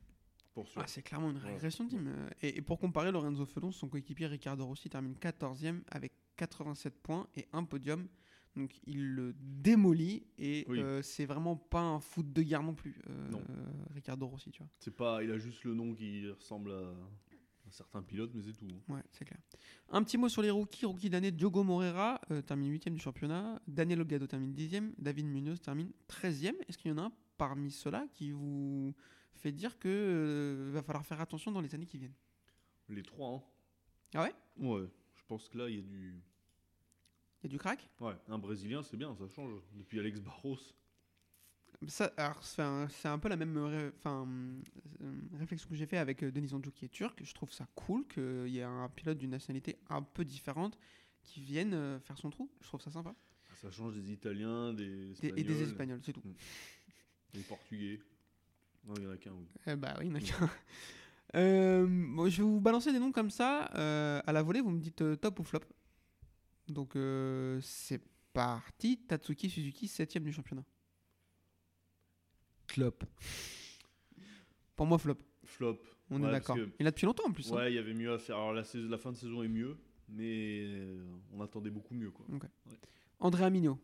[SPEAKER 3] Pour sûr.
[SPEAKER 2] Ah, c'est clairement une
[SPEAKER 3] Ouais.
[SPEAKER 2] régression de team. euh, Et, et pour comparer, Lorenzo Felon, son coéquipier Ricardo Rossi termine 14ème avec 87 points et un podium. Donc il le démolit et
[SPEAKER 3] Oui.
[SPEAKER 2] euh, c'est vraiment pas un foot de guerre non plus, euh,
[SPEAKER 3] Non.
[SPEAKER 2] Ricardo Rossi, tu vois.
[SPEAKER 3] C'est pas, il a juste le nom qui ressemble à un certain pilote, mais c'est tout. hein.
[SPEAKER 2] Ouais, c'est clair. Un petit mot sur les rookies. Rookie d'année, Diogo Morera euh, termine 8 du championnat. Daniel Olgado termine 10e. David Munoz termine 13e. Est-ce qu'il y en a un parmi ceux-là qui vous fait dire que euh, va falloir faire attention dans les années qui viennent
[SPEAKER 3] Les trois. hein.
[SPEAKER 2] Ah ouais
[SPEAKER 3] Ouais. Je pense que là, il y a du.
[SPEAKER 2] Il y a du crack
[SPEAKER 3] Ouais, un Brésilien, c'est bien, ça change. Depuis Alex Barros.
[SPEAKER 2] Ça, alors, c'est un, c'est un peu la même ré- enfin, euh, réflexion que j'ai fait avec euh, Denis Andjou qui est turc. Je trouve ça cool qu'il y ait un pilote d'une nationalité un peu différente qui vienne euh, faire son trou. Je trouve ça sympa.
[SPEAKER 3] Ah, Ça change des Italiens, des
[SPEAKER 2] Des-
[SPEAKER 3] Espagnols,
[SPEAKER 2] et des Espagnols, c'est tout.
[SPEAKER 3] des Portugais. Non, il y en a qu'un, oui.
[SPEAKER 2] Eh bah
[SPEAKER 3] Mmh.
[SPEAKER 2] oui, il y en a qu'un. Euh, bon, je vais vous balancer des noms comme ça. euh, à la volée, vous me dites euh, top ou flop. Donc euh, c'est parti. Tatsuki Suzuki, 7 du championnat.
[SPEAKER 4] Clop.
[SPEAKER 2] Pour moi, flop.
[SPEAKER 3] Flop.
[SPEAKER 2] On
[SPEAKER 3] Ouais,
[SPEAKER 2] est
[SPEAKER 3] parce
[SPEAKER 2] d'accord.
[SPEAKER 3] que-
[SPEAKER 2] Il a depuis longtemps en plus. hein.
[SPEAKER 3] Ouais, il y avait mieux à faire. Alors la, saison- la fin de saison est mieux, mais euh, on attendait beaucoup mieux, quoi.
[SPEAKER 2] Andrea Mignot,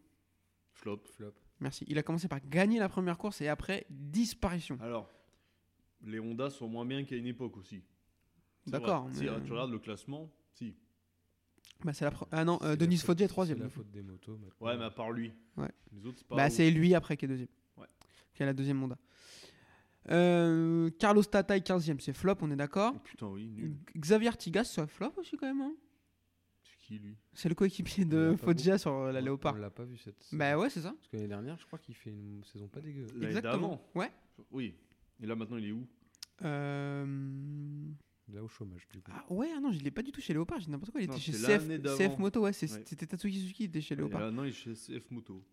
[SPEAKER 3] Flop.
[SPEAKER 4] Flop.
[SPEAKER 2] merci. Il a commencé par gagner la première course et après, disparition.
[SPEAKER 3] Alors, les Honda sont moins bien qu'à une époque aussi. C'est
[SPEAKER 2] D'accord.
[SPEAKER 3] vrai.
[SPEAKER 2] mais-
[SPEAKER 3] Si tu regardes le classement, si.
[SPEAKER 2] Bah, c'est la pre- Ah non,
[SPEAKER 4] C'est
[SPEAKER 2] euh,
[SPEAKER 4] la
[SPEAKER 2] Denis
[SPEAKER 4] faute-
[SPEAKER 2] Fodier est
[SPEAKER 4] c'est
[SPEAKER 2] 3
[SPEAKER 4] la faute des motos. maintenant.
[SPEAKER 3] Ouais, mais à part lui.
[SPEAKER 2] Ouais.
[SPEAKER 3] Les autres, c'est pas.
[SPEAKER 2] Bah,
[SPEAKER 3] ouf.
[SPEAKER 2] c'est lui après qui est deuxième.
[SPEAKER 3] Ouais.
[SPEAKER 2] Qui a la deuxième mandat. Euh, Carlos Tataï, 15e, c'est flop, on est d'accord.
[SPEAKER 3] Oh, putain, oui, nul.
[SPEAKER 2] Mm. Xavier Tigas, c'est un flop aussi quand même. hein.
[SPEAKER 3] C'est qui lui
[SPEAKER 2] C'est le coéquipier
[SPEAKER 4] On
[SPEAKER 2] de
[SPEAKER 4] l'a pas
[SPEAKER 2] Foggia sur euh, la
[SPEAKER 4] On-
[SPEAKER 2] Léopard.
[SPEAKER 4] On l'a pas vu cette saison.
[SPEAKER 2] Bah ouais, c'est ça.
[SPEAKER 4] Parce que l'année dernière, je crois qu'il fait une saison pas dégueu.
[SPEAKER 3] L'année
[SPEAKER 2] Exactement.
[SPEAKER 3] d'avant.
[SPEAKER 2] Ouais.
[SPEAKER 3] Oui. Et là maintenant, il est où
[SPEAKER 2] Euh,
[SPEAKER 4] Là au chômage du coup.
[SPEAKER 2] Ah ouais, ah non, je l'ai pas du tout chez Léopard, j'ai dit n'importe quoi. Il
[SPEAKER 3] Non,
[SPEAKER 2] était chez
[SPEAKER 3] c'est
[SPEAKER 2] CF,
[SPEAKER 3] l'année d'avant.
[SPEAKER 2] CF Moto, ouais, c'est-
[SPEAKER 3] Ouais.
[SPEAKER 2] c'était Tatsuki Suzuki qui était chez
[SPEAKER 3] Et
[SPEAKER 2] Léopard.
[SPEAKER 3] Là, non, il est chez CF Moto.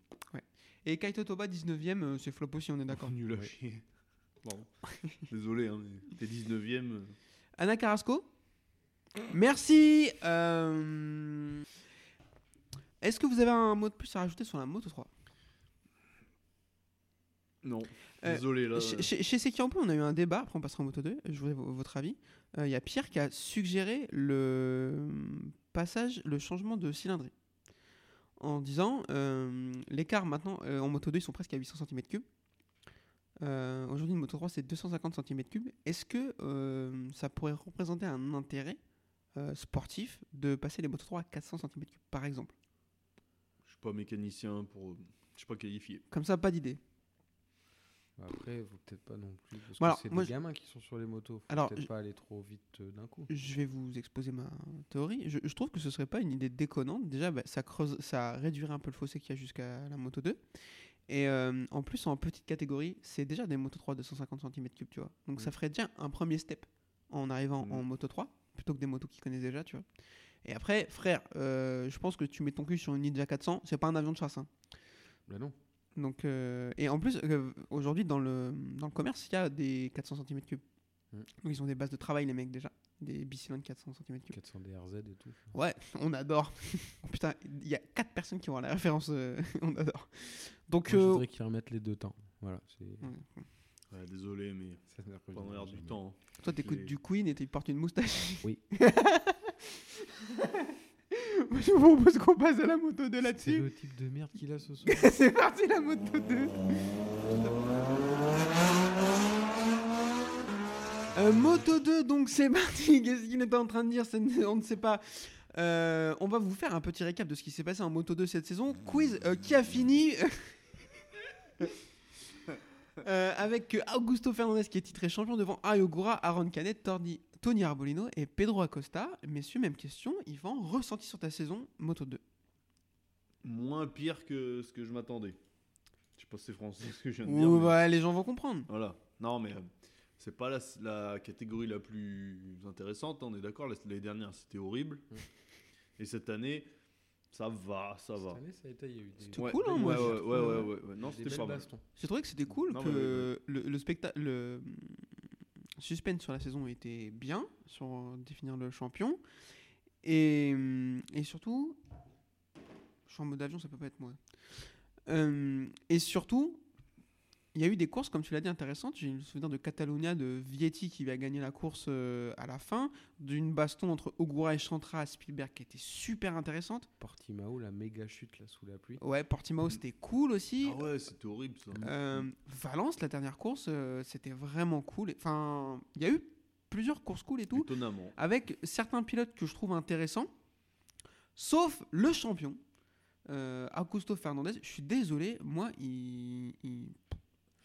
[SPEAKER 2] Et Kaito Toba, 19ème, euh, c'est flop aussi, on est d'accord.
[SPEAKER 3] Nul à
[SPEAKER 4] Ouais.
[SPEAKER 3] chier. Pardon. Désolé, hein, mais t'es 19ème. euh,
[SPEAKER 2] Anna Carrasco Merci euh, Est-ce que vous avez un mot de plus à rajouter sur la Moto 3
[SPEAKER 3] Non.
[SPEAKER 2] Euh,
[SPEAKER 3] Désolé, là.
[SPEAKER 2] Chez- Chez, chez Sekiampo, on a eu un débat, après on passera en moto 2, je voudrais vo- votre avis. Euh, Il y a Pierre qui a suggéré le mm, passage, le changement de cylindrée. En disant, euh, l'écart maintenant, euh, en moto 2, ils sont presque à 800 cm3. Euh, Aujourd'hui, une moto 3, c'est 250 cm3. Est-ce que euh, ça pourrait représenter un intérêt euh, sportif de passer les motos 3 à 400 cm3, par exemple
[SPEAKER 3] Je suis pas mécanicien pour. euh, Je suis pas qualifié.
[SPEAKER 2] Comme ça, pas d'idée.
[SPEAKER 4] Bah, Après, faut peut-être pas non plus. Parce
[SPEAKER 2] Voilà,
[SPEAKER 4] que c'est
[SPEAKER 2] moi,
[SPEAKER 4] des
[SPEAKER 2] je-
[SPEAKER 4] gamins qui sont sur les motos. Faut
[SPEAKER 2] Alors,
[SPEAKER 4] peut-être
[SPEAKER 2] je-
[SPEAKER 4] pas aller trop vite euh, d'un coup.
[SPEAKER 2] Je vais vous exposer ma théorie. Je, je trouve que ce serait pas une idée déconnante. Déjà, bah, ça, creuse, ça réduirait un peu le fossé qu'il y a jusqu'à la moto 2. Et euh, en plus, en petite catégorie, c'est déjà des moto 3 de 150 cm3, tu vois. Donc ça ferait déjà un premier step en arrivant
[SPEAKER 3] Mm.
[SPEAKER 2] en moto 3, plutôt que des motos qu'ils connaissent déjà, tu vois. Et après, frère, euh, je pense que tu mets ton cul sur une Ninja 400, c'est pas un avion de chasse. hein.
[SPEAKER 4] Bah non.
[SPEAKER 2] Donc, euh, et en plus, euh, aujourd'hui, dans le, dans le commerce, il y a des 400 cm3.
[SPEAKER 4] Mm.
[SPEAKER 2] Donc ils ont des bases de travail, les mecs, déjà. Des bicylindres 400 cm3.
[SPEAKER 4] 400 DRZ et tout.
[SPEAKER 2] Ouais, on adore. Oh, Putain, il y a 4 personnes qui vont à la référence. euh, on adore. Donc,
[SPEAKER 4] Moi, je
[SPEAKER 2] euh,
[SPEAKER 4] voudrais qu'ils remettent les deux temps. Voilà. c'est-
[SPEAKER 2] Mm.
[SPEAKER 3] Ouais, désolé, mais.
[SPEAKER 4] Ça ne
[SPEAKER 3] Pas dans
[SPEAKER 4] reviendra
[SPEAKER 3] l'air du
[SPEAKER 4] jamais.
[SPEAKER 3] temps.
[SPEAKER 2] toi, t'écoutes
[SPEAKER 3] j'ai-
[SPEAKER 2] du Queen et tu portes une moustache.
[SPEAKER 4] Oui.
[SPEAKER 2] Moi, je vous propose qu'on passe à la moto 2
[SPEAKER 4] C'est
[SPEAKER 2] là-dessus.
[SPEAKER 4] le type de merde qu'il a ce soir.
[SPEAKER 2] C'est parti la moto 2 Euh, Moto 2, donc c'est parti. Qu'est-ce qu'il était en train de dire Ça ne- On ne sait pas. Euh, on va vous faire un petit récap de ce qui s'est passé en Moto 2 cette saison. Quiz euh, qui a fini Euh, avec euh, Augusto Fernandez qui est titré champion devant Ayogura, Aaron Canet, Tordi- Tony Arbolino et Pedro Acosta. Messieurs, même question. Yvan, ressenti sur ta saison Moto 2
[SPEAKER 3] hein. Moins pire que ce que je m'attendais. Je sais pas si c'est français ce que je viens de dire.
[SPEAKER 2] Ouh,
[SPEAKER 3] mais-
[SPEAKER 2] bah, Les gens vont comprendre.
[SPEAKER 3] Voilà. Non, mais euh, c'est pas la, la catégorie la plus intéressante, hein, on est d'accord. L'année dernière, c'était horrible.
[SPEAKER 4] Mm.
[SPEAKER 3] Et cette année, ça va, ça
[SPEAKER 4] Cette
[SPEAKER 3] va.
[SPEAKER 4] année, ça a été, il y a eu des-
[SPEAKER 2] C'était
[SPEAKER 3] Ouais,
[SPEAKER 2] cool, hein,
[SPEAKER 3] ouais,
[SPEAKER 2] moi,
[SPEAKER 3] ouais,
[SPEAKER 2] j'ai
[SPEAKER 3] ouais,
[SPEAKER 2] trouvé, hein.
[SPEAKER 3] ouais, ouais, ouais. Non,
[SPEAKER 4] des
[SPEAKER 3] c'était
[SPEAKER 4] belles
[SPEAKER 3] pas mal.
[SPEAKER 4] bastons.
[SPEAKER 2] J'ai trouvé que c'était cool,
[SPEAKER 3] Non,
[SPEAKER 2] que
[SPEAKER 3] mais oui,
[SPEAKER 2] le, le spectacle, le suspense sur la saison était bien, sur définir le champion. Et, hum, et surtout, je suis en mode avion, ça peut pas être moi. Euh, et surtout, il y a eu des courses, comme tu l'as dit, intéressantes. J'ai le souvenir de Catalunya, de Vietti qui va gagner la course euh, à la fin, d'une baston entre Ogura et Chantra à Spielberg qui était super intéressante.
[SPEAKER 4] Portimao, la méga chute là sous la
[SPEAKER 3] Oh,
[SPEAKER 4] pluie.
[SPEAKER 2] Ouais, Portimao, c'était cool aussi.
[SPEAKER 3] Ah ouais, c'était horrible ça.
[SPEAKER 2] Euh, Valence, la dernière course, euh, c'était vraiment cool. Enfin, il y a eu plusieurs courses cool et tout,
[SPEAKER 3] Étonnamment.
[SPEAKER 2] avec certains pilotes que je trouve intéressants, sauf le champion, euh, Augusto Fernandez. Je suis désolé, moi, il, il-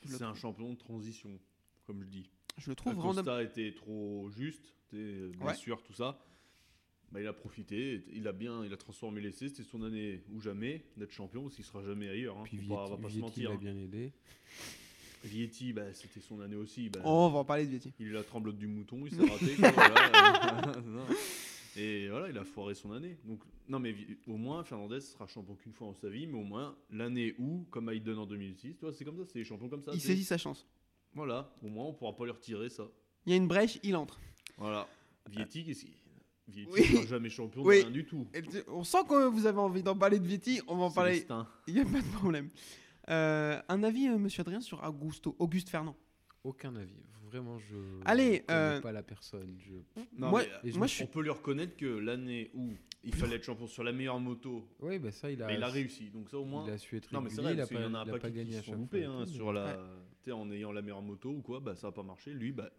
[SPEAKER 2] je,
[SPEAKER 3] C'est
[SPEAKER 2] le,
[SPEAKER 3] un champion de transition, comme je dis.
[SPEAKER 2] je le trouve random.
[SPEAKER 3] Acosta était trop juste, était
[SPEAKER 2] Ouais.
[SPEAKER 3] bien sûr, tout ça. Bah, il a profité, il a bien, il a transformé l'essai. C'était son année ou jamais d'être champion, parce qu'il sera jamais ailleurs. hein.
[SPEAKER 4] Puis
[SPEAKER 3] on va- on va
[SPEAKER 4] Vietti,
[SPEAKER 3] pas se
[SPEAKER 4] Vietti
[SPEAKER 3] mentir.
[SPEAKER 4] l'a
[SPEAKER 3] hein.
[SPEAKER 4] bien aidé.
[SPEAKER 3] Vietti, bah, c'était son année aussi. bah,
[SPEAKER 2] Oh, on va en parler de Vietti.
[SPEAKER 3] Il a la tremblote du mouton, il s'est raté. quoi, voilà, euh, non. et voilà, il a foiré son année. Donc, non, mais vi- au moins, Fernandez sera champion qu'une fois en sa vie, mais au moins l'année où, comme Hayden en 2006, tu vois, c'est comme ça, c'est les champions comme ça.
[SPEAKER 2] Il
[SPEAKER 3] c'est-
[SPEAKER 2] saisit sa chance.
[SPEAKER 3] Voilà, au moins on pourra pas lui retirer ça.
[SPEAKER 2] Il y a une brèche, il entre.
[SPEAKER 3] Voilà. Vietti, qu'est-ce qu'il- Vietti
[SPEAKER 2] Euh, Oui.
[SPEAKER 3] sera jamais champion de
[SPEAKER 2] Oui.
[SPEAKER 3] rien du tout.
[SPEAKER 2] Et tu- On sent que vous avez envie d'en parler de Vietti, on va en parler.
[SPEAKER 3] Célestin.
[SPEAKER 2] Il n'y a pas de problème. Euh, un avis, euh, monsieur Adrien, sur Augusto, Auguste Fernand
[SPEAKER 4] Aucun avis. Vraiment, je.
[SPEAKER 2] Allez,
[SPEAKER 4] je connais
[SPEAKER 2] euh,
[SPEAKER 4] pas la personne. Je...
[SPEAKER 3] Non,
[SPEAKER 2] Moi-
[SPEAKER 3] mais, euh,
[SPEAKER 4] Et je
[SPEAKER 2] moi,
[SPEAKER 4] me
[SPEAKER 2] je suis
[SPEAKER 3] on peut lui reconnaître que l'année où il fallait être champion sur la meilleure moto,
[SPEAKER 4] Oui, bah ça, il a.
[SPEAKER 3] bah, il a réussi. Donc ça, au moins.
[SPEAKER 4] Il a su être
[SPEAKER 3] Non mais c'est
[SPEAKER 4] régulier,
[SPEAKER 3] vrai,
[SPEAKER 4] il a
[SPEAKER 3] parce qu'il
[SPEAKER 4] pas,
[SPEAKER 3] y en a
[SPEAKER 4] il
[SPEAKER 3] un
[SPEAKER 4] a
[SPEAKER 3] paquet
[SPEAKER 4] pas gagné
[SPEAKER 3] qui
[SPEAKER 4] à
[SPEAKER 3] se
[SPEAKER 4] chaque
[SPEAKER 3] sont
[SPEAKER 4] fois.
[SPEAKER 3] loupés
[SPEAKER 4] et
[SPEAKER 3] hein,
[SPEAKER 4] tout, mais-
[SPEAKER 3] sur la, tu sais, en ayant la meilleure moto ou quoi, bah ça a pas marché. Lui, bah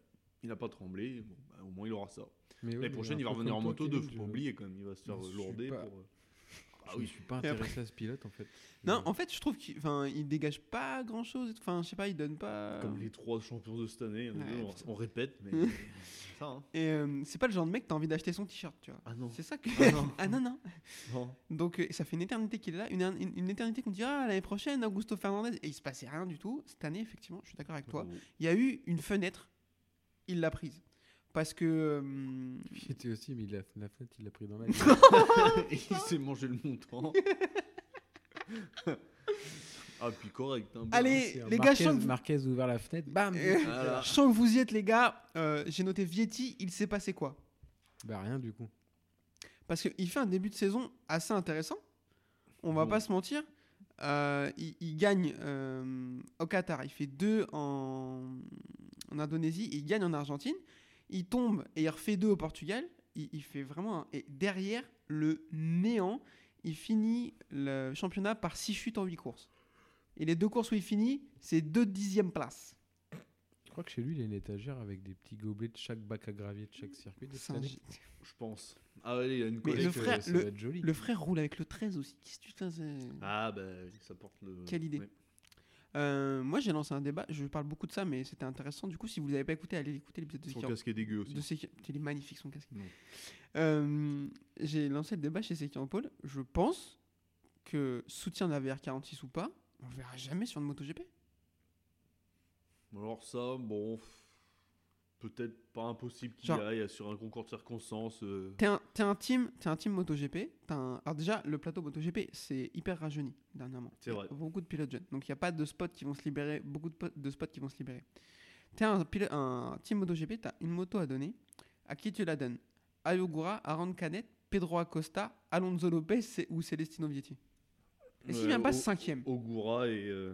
[SPEAKER 3] il a pas tremblé. Bon, bah, au moins il aura ça.
[SPEAKER 4] mais ouais, mais
[SPEAKER 3] L'année prochaine,
[SPEAKER 4] un
[SPEAKER 3] il va
[SPEAKER 4] peu
[SPEAKER 3] revenir en
[SPEAKER 4] comme toi,
[SPEAKER 3] moto 2,
[SPEAKER 4] Kevin,
[SPEAKER 3] faut pas
[SPEAKER 4] je-
[SPEAKER 3] oublier quand même. Il va se faire
[SPEAKER 4] je suis
[SPEAKER 3] lourder
[SPEAKER 4] pas-
[SPEAKER 3] pour. euh, Ah
[SPEAKER 4] Je me
[SPEAKER 3] oui,
[SPEAKER 4] suis pas
[SPEAKER 2] Et après-
[SPEAKER 4] intéressé à ce pilote en fait.
[SPEAKER 2] Non,
[SPEAKER 4] Je-
[SPEAKER 2] en fait, je trouve qu'il enfin, il dégage pas grand chose. et tout. Enfin, je sais pas, il donne pas.
[SPEAKER 3] comme les trois champions de cette année, les
[SPEAKER 2] Euh. Ouais,
[SPEAKER 3] deux, on-
[SPEAKER 2] putain.
[SPEAKER 3] on, répète, mais ça. hein.
[SPEAKER 2] Et euh, c'est pas le genre de mec que t'as envie d'acheter son t-shirt, tu vois.
[SPEAKER 3] Ah non,
[SPEAKER 2] C'est ça que.
[SPEAKER 3] Ah non.
[SPEAKER 2] ah non, non.
[SPEAKER 3] non.
[SPEAKER 2] Donc, euh, ça fait une éternité qu'il est là. Une, une- une éternité qu'on dit, ah, l'année prochaine, Augusto Fernandez. Et il se passait rien du tout. Cette année, effectivement, je suis d'accord avec toi.
[SPEAKER 3] Oh.
[SPEAKER 2] Il y a eu une fenêtre. Il l'a prise. Parce que. euh,
[SPEAKER 4] Il était aussi, mais il a- la fenêtre, il l'a pris dans la gueule.
[SPEAKER 3] Oh. il s'est mangé le montant. ah puis correct. Hein, bien.
[SPEAKER 2] Allez,
[SPEAKER 4] C'est un
[SPEAKER 2] les gars, je
[SPEAKER 4] Marquez,
[SPEAKER 2] sens que vous-
[SPEAKER 4] Marquez a ouvert la fenêtre, Bah, bam
[SPEAKER 2] Euh,
[SPEAKER 3] Voilà.
[SPEAKER 2] je sens que vous y êtes, les gars. Euh, J'ai noté Vietti, il s'est passé quoi
[SPEAKER 4] Bah rien du coup.
[SPEAKER 2] Parce qu'il fait un début de saison assez intéressant. On va
[SPEAKER 4] Mm.
[SPEAKER 3] Bon.
[SPEAKER 2] pas se mentir. Euh, il, il gagne euh, au Qatar. Il fait deux en, en Indonésie. Il gagne en Argentine. Il tombe et il refait deux au Portugal. Il, il fait vraiment. un- Et derrière, le néant. Il finit le championnat par six chutes en huit courses. Et les deux courses où il finit, c'est deux dixièmes places.
[SPEAKER 4] Je crois que chez lui, il a une étagère avec des petits gobelets de chaque bac à gravier de chaque circuit. de cette
[SPEAKER 2] C'est un
[SPEAKER 4] année.
[SPEAKER 2] gé-
[SPEAKER 3] Je pense. Ah ouais, il y a une
[SPEAKER 4] Je
[SPEAKER 2] Mais
[SPEAKER 4] sais
[SPEAKER 2] le
[SPEAKER 3] collègue.
[SPEAKER 4] que
[SPEAKER 2] frère-
[SPEAKER 4] ça
[SPEAKER 2] le-
[SPEAKER 4] va être joli.
[SPEAKER 2] Le frère roule avec le 13 aussi. Qu'est-ce que tu fais c'est-
[SPEAKER 3] Ah bah ça porte le.
[SPEAKER 2] Quelle idée.
[SPEAKER 3] Ouais.
[SPEAKER 2] Euh, moi, j'ai lancé un débat. Je parle beaucoup de ça, mais c'était intéressant. Du coup, si vous l'avez pas écouté, allez l'écouter l'épisode de
[SPEAKER 3] Son
[SPEAKER 2] Sekiro.
[SPEAKER 3] casque est dégueu aussi.
[SPEAKER 2] De Sekiro- Il est magnifique son casque.
[SPEAKER 3] Non.
[SPEAKER 2] Euh, j'ai lancé le débat chez Sekian Paul. Je pense que soutien de la VR46 ou pas, on le verra jamais sur une MotoGP.
[SPEAKER 3] Alors ça, bon, pff, peut-être pas impossible qu'il
[SPEAKER 2] Genre-
[SPEAKER 3] aille sur un concours de circonstances. euh,
[SPEAKER 2] T'es un, t'es un team, t'es un team MotoGP. t'as un- Alors déjà, le plateau MotoGP, c'est hyper rajeuni dernièrement.
[SPEAKER 3] C'est vrai.
[SPEAKER 2] Il y a Beaucoup de pilotes jeunes. Donc il n'y a pas de spots qui vont se libérer, beaucoup de, po- de spots qui vont se libérer. T'es un, pilo- un team MotoGP, t'as une moto à donner. À qui tu la donnes À Yogura, Aaron Canet, Pedro Acosta, Alonso Lopez c'est- ou Celestino Vietti. Et s'il
[SPEAKER 3] ouais,
[SPEAKER 2] vient pas
[SPEAKER 3] O-
[SPEAKER 2] cinquième
[SPEAKER 3] Ogura et. euh,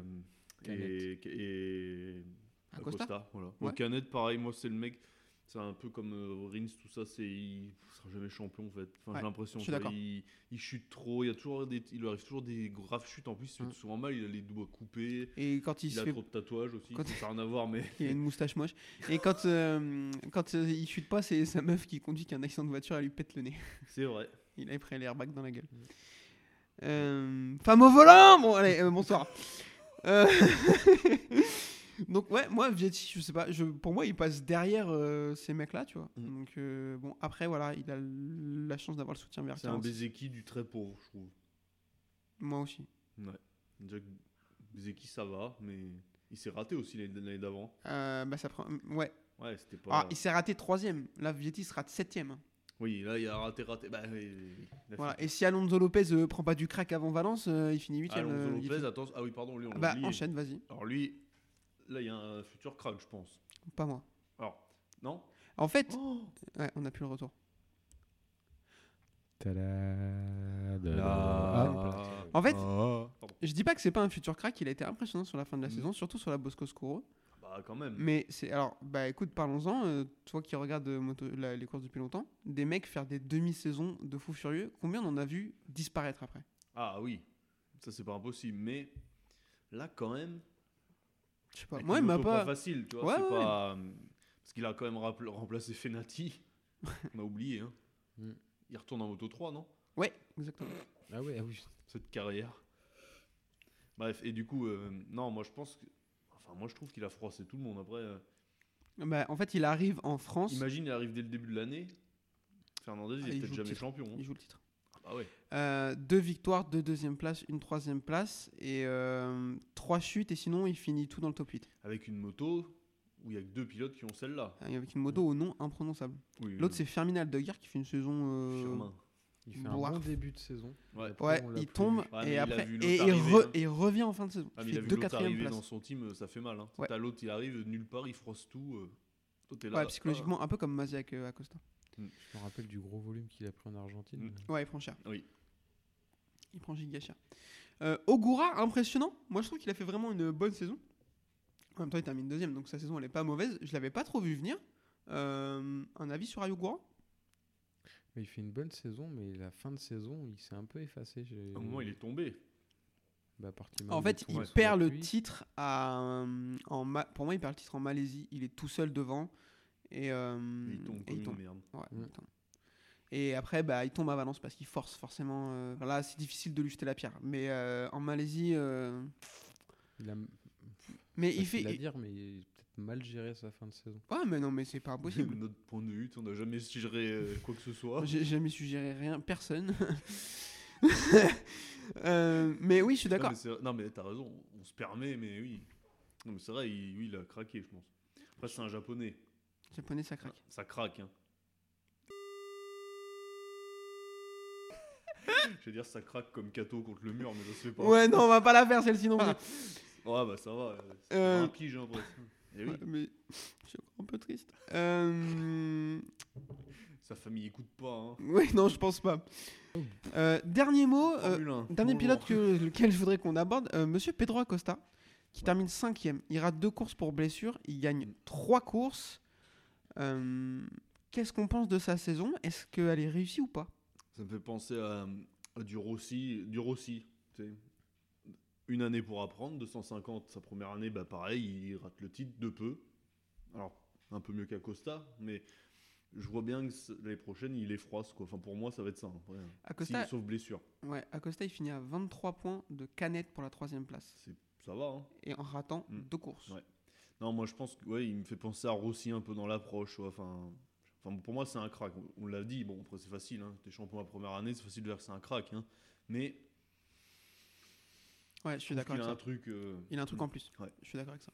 [SPEAKER 4] Canet.
[SPEAKER 3] et, et
[SPEAKER 2] Acosta
[SPEAKER 3] voilà.
[SPEAKER 2] Ouais.
[SPEAKER 3] Au Canet, pareil, moi c'est le mec. C'est un peu comme euh, Rins, tout ça, c'est il sera jamais champion en fait. Enfin,
[SPEAKER 2] Ouais,
[SPEAKER 3] j'ai l'impression
[SPEAKER 2] je suis
[SPEAKER 3] tu vois,
[SPEAKER 2] d'accord.
[SPEAKER 3] il, il chute trop, il y a toujours des, il lui arrive toujours des graves chutes en plus, il se fait
[SPEAKER 2] Mm.
[SPEAKER 3] souvent mal, il a les doigts coupés,
[SPEAKER 2] Et quand il,
[SPEAKER 3] il,
[SPEAKER 2] se
[SPEAKER 3] a
[SPEAKER 2] fait.
[SPEAKER 3] trop de tatouages aussi,
[SPEAKER 2] Quand-
[SPEAKER 3] ça n'a rien à voir mais
[SPEAKER 2] Il a une moustache moche. Et quand, euh, quand euh, il chute pas, c'est sa meuf qui conduit qu'un accident de voiture, elle lui pète le nez.
[SPEAKER 3] c'est vrai.
[SPEAKER 2] Il avait pris l'airbag dans la gueule. Euh, femme au volant Bon, allez, euh, bonsoir. Euh, Donc, ouais, moi, Vietti, je sais pas. Je, pour moi, il passe derrière euh, ces mecs-là, tu vois.
[SPEAKER 3] Mm.
[SPEAKER 2] Donc, euh, bon, après, voilà, il a l- la chance d'avoir le soutien vers
[SPEAKER 3] C'est un Bezeki du très pauvre, je trouve.
[SPEAKER 2] Moi aussi.
[SPEAKER 3] Déjà que Bezeki ça va, mais il s'est raté aussi l'année l'année d'avant.
[SPEAKER 2] Euh, bah, ça prend. Ouais.
[SPEAKER 3] Ouais, c'était pas.
[SPEAKER 2] Ah, il s'est raté troisième. Là, Vietti se rate septième.
[SPEAKER 3] Oui, là il a raté, raté. Bah, il- il a
[SPEAKER 2] Voilà.
[SPEAKER 3] fait-
[SPEAKER 2] Et si Alonso Lopez euh, prend pas du crack avant Valence, euh, il finit huitième.
[SPEAKER 3] Alonso
[SPEAKER 2] euh, il
[SPEAKER 3] Lopez,
[SPEAKER 2] fait-
[SPEAKER 3] attends, ah oui, pardon, lui on l'a
[SPEAKER 2] Bah,
[SPEAKER 3] oublié.
[SPEAKER 2] enchaîne, vas-y.
[SPEAKER 3] Alors lui, là il y a un futur crack, je pense.
[SPEAKER 2] Pas moi.
[SPEAKER 3] Alors, non
[SPEAKER 2] En fait,
[SPEAKER 3] Oh
[SPEAKER 2] ouais, on a plus le retour.
[SPEAKER 4] Euh,
[SPEAKER 3] Ah.
[SPEAKER 4] Ah,
[SPEAKER 2] En
[SPEAKER 3] Oh.
[SPEAKER 2] fait, Je dis pas que c'est pas un futur crack, il a été impressionnant sur la fin de la
[SPEAKER 3] Mm.
[SPEAKER 2] saison, surtout sur la Bosco Scuro.
[SPEAKER 3] Bah quand même.
[SPEAKER 2] Mais c'est alors, bah écoute, parlons-en. euh, toi qui regardes euh, moto- la- les courses depuis longtemps, des mecs faire des demi-saisons de fou furieux, combien on en a vu disparaître après
[SPEAKER 3] Ah oui, ça c'est pas impossible, mais là quand même.
[SPEAKER 2] Je sais pas.
[SPEAKER 3] avec
[SPEAKER 2] Moi, il
[SPEAKER 3] une
[SPEAKER 2] m'a
[SPEAKER 3] auto
[SPEAKER 2] pas.
[SPEAKER 3] facile, tu vois.
[SPEAKER 2] Ouais,
[SPEAKER 3] c'est
[SPEAKER 2] ouais,
[SPEAKER 3] pas, euh, Parce qu'il a quand même rappel- remplacé Fenati. On a oublié, hein.
[SPEAKER 4] Mm.
[SPEAKER 3] Il retourne en moto 3, non
[SPEAKER 2] Ouais, exactement.
[SPEAKER 4] Ah ouais, ah oui.
[SPEAKER 3] Cette carrière. Bref, et du coup, euh, non, moi je pense que. Enfin, moi je trouve qu'il a froissé tout le monde. Après, euh,
[SPEAKER 2] Bah, en fait, il arrive en France,
[SPEAKER 3] imagine, il arrive dès le début de l'année. Fernandez,
[SPEAKER 2] Ah,
[SPEAKER 3] il
[SPEAKER 2] il
[SPEAKER 3] est
[SPEAKER 2] joue
[SPEAKER 3] peut-être
[SPEAKER 2] le
[SPEAKER 3] jamais
[SPEAKER 2] titre.
[SPEAKER 3] champion.
[SPEAKER 2] il
[SPEAKER 3] hein.
[SPEAKER 2] joue le titre.
[SPEAKER 3] Ah ouais.
[SPEAKER 2] Euh, deux victoires, deux deuxièmes places, une troisième place et euh, trois chutes, et sinon, il finit tout dans le top 8.
[SPEAKER 3] Avec une moto où il y a que deux pilotes qui ont celle-là.
[SPEAKER 2] Euh, Avec une moto au nom imprononçable.
[SPEAKER 3] Oui,
[SPEAKER 2] L'autre,
[SPEAKER 3] oui.
[SPEAKER 2] c'est Ferminal de Guerre qui fait une saison. euh,
[SPEAKER 3] Mm. Firmin.
[SPEAKER 4] Il fait un
[SPEAKER 2] Boire.
[SPEAKER 4] bon début de saison.
[SPEAKER 3] Ouais.
[SPEAKER 4] Après,
[SPEAKER 2] Ouais,
[SPEAKER 4] on l'a
[SPEAKER 2] il
[SPEAKER 4] plus
[SPEAKER 2] tombe
[SPEAKER 3] Ouais,
[SPEAKER 4] vu.
[SPEAKER 3] mais
[SPEAKER 2] et
[SPEAKER 3] il a
[SPEAKER 2] après
[SPEAKER 3] vu
[SPEAKER 2] et
[SPEAKER 3] l'autre
[SPEAKER 2] il,
[SPEAKER 3] arriver,
[SPEAKER 2] re-
[SPEAKER 3] hein.
[SPEAKER 2] et il revient en fin de saison.
[SPEAKER 3] Ah, mais
[SPEAKER 2] il
[SPEAKER 3] il
[SPEAKER 2] fait
[SPEAKER 3] a vu
[SPEAKER 2] deux
[SPEAKER 3] l'autre
[SPEAKER 2] quatrième
[SPEAKER 3] arriver
[SPEAKER 2] place.
[SPEAKER 3] dans son team, euh, ça fait mal. Hein.
[SPEAKER 2] Ouais.
[SPEAKER 3] T'as l'autre, il arrive nulle part, il froisse tout. euh. Toi, t'es là.
[SPEAKER 2] Ouais, psychologiquement un peu comme Maziak euh, Acosta.
[SPEAKER 4] Je me rappelle du gros volume qu'il a pris en Argentine.
[SPEAKER 3] Mm.
[SPEAKER 2] Ouais, il prend cher.
[SPEAKER 3] Oui.
[SPEAKER 2] Il prend giga cher. Euh, Ogura, impressionnant. Moi, je trouve qu'il a fait vraiment une bonne saison. En même temps, il termine deuxième, donc sa saison, elle est pas mauvaise. Je l'avais pas trop vu venir. Euh, un avis sur Ayogura
[SPEAKER 4] Mais il fait une bonne saison, mais la fin de saison, il s'est un peu effacé. j'ai-
[SPEAKER 3] Ah, Au moment, il est tombé.
[SPEAKER 4] Bah, parti mal,
[SPEAKER 2] En fait,
[SPEAKER 4] est tombé
[SPEAKER 2] il
[SPEAKER 4] sous la
[SPEAKER 2] perd le
[SPEAKER 4] pluie.
[SPEAKER 2] titre à, euh, en Ma- pour moi, il perd le titre en Malaisie. Il est tout seul devant et, euh,
[SPEAKER 3] mais il tombe
[SPEAKER 2] et
[SPEAKER 3] comme une merde.
[SPEAKER 2] Ouais,
[SPEAKER 4] Mm.
[SPEAKER 2] attends. Et après, bah, il tombe à Valence parce qu'il force forcément. euh, là, c'est difficile de lui jeter la pierre. Mais euh, en Malaisie, euh,
[SPEAKER 4] Il a,
[SPEAKER 2] mais
[SPEAKER 4] il
[SPEAKER 2] il fait.
[SPEAKER 4] à
[SPEAKER 2] il-
[SPEAKER 4] dire, mais il a peut-être mal géré sa fin de saison.
[SPEAKER 2] Ouais, mais non, mais c'est pas impossible.
[SPEAKER 3] De notre point de vue, on n'a jamais suggéré euh, quoi que ce soit.
[SPEAKER 2] J'ai jamais suggéré rien, personne. Euh, mais oui, je suis
[SPEAKER 3] Non,
[SPEAKER 2] d'accord.
[SPEAKER 3] mais c'est- Non, mais t'as raison, on se permet, mais oui. Non, mais c'est vrai, il... oui, il a craqué, je pense. Après, c'est un japonais.
[SPEAKER 2] Japonais, ça craque.
[SPEAKER 3] Ça craque, hein. Je vais dire, ça craque comme Kato contre le mur, mais ça se fait pas.
[SPEAKER 2] Ouais, non, on va pas la faire celle-ci non plus.
[SPEAKER 3] Ah, Ouais, bah ça va. euh, C'est
[SPEAKER 2] Euh,
[SPEAKER 3] un pige, hein, presque. Eh oui,
[SPEAKER 2] Ouais, mais je suis encore un peu triste. Euh,
[SPEAKER 3] sa famille écoute pas, hein.
[SPEAKER 2] Oui, non, je pense pas. Euh, dernier mot. euh,
[SPEAKER 3] Formule 1.
[SPEAKER 2] Dernier
[SPEAKER 3] Oh.
[SPEAKER 2] pilote que, lequel je voudrais qu'on aborde, euh, Monsieur Pedro Acosta, qui
[SPEAKER 3] Ouais.
[SPEAKER 2] termine cinquième. Il rate deux courses pour blessure, il gagne trois courses. Euh, Qu'est-ce qu'on pense de sa saison Est-ce qu'elle est réussie ou pas
[SPEAKER 3] Ça me fait penser à, à du Rossi. Du Rossi tu sais. Une année pour apprendre, 250, sa première année, bah pareil, il rate le titre de peu. Alors, un peu mieux qu'Acosta, mais je vois bien que c- l'année prochaine, il est froisse. Quoi. Enfin, pour moi, ça va être ça. hein. Ouais.
[SPEAKER 2] Acosta,
[SPEAKER 3] Si, sauf blessure.
[SPEAKER 2] ouais, Acosta, il finit à 23 points de canette pour la troisième place,
[SPEAKER 3] C'est- Ça va. hein.
[SPEAKER 2] et en ratant
[SPEAKER 3] Mm.
[SPEAKER 2] deux courses.
[SPEAKER 3] Ouais. Non, moi, je pense que, ouais, il me fait penser à Rossi un peu dans l'approche. ouais. Enfin, enfin, pour moi, c'est un crack. On- On l'a dit, bon, après, c'est facile. Hein. T'es champion la première année, c'est facile de dire que c'est un crack. hein. Mais
[SPEAKER 2] Ouais, je suis
[SPEAKER 3] il
[SPEAKER 2] d'accord
[SPEAKER 3] a
[SPEAKER 2] avec
[SPEAKER 3] un
[SPEAKER 2] ça.
[SPEAKER 3] truc. euh,
[SPEAKER 2] Il a un truc en plus.
[SPEAKER 3] Ouais.
[SPEAKER 2] Je suis d'accord avec ça.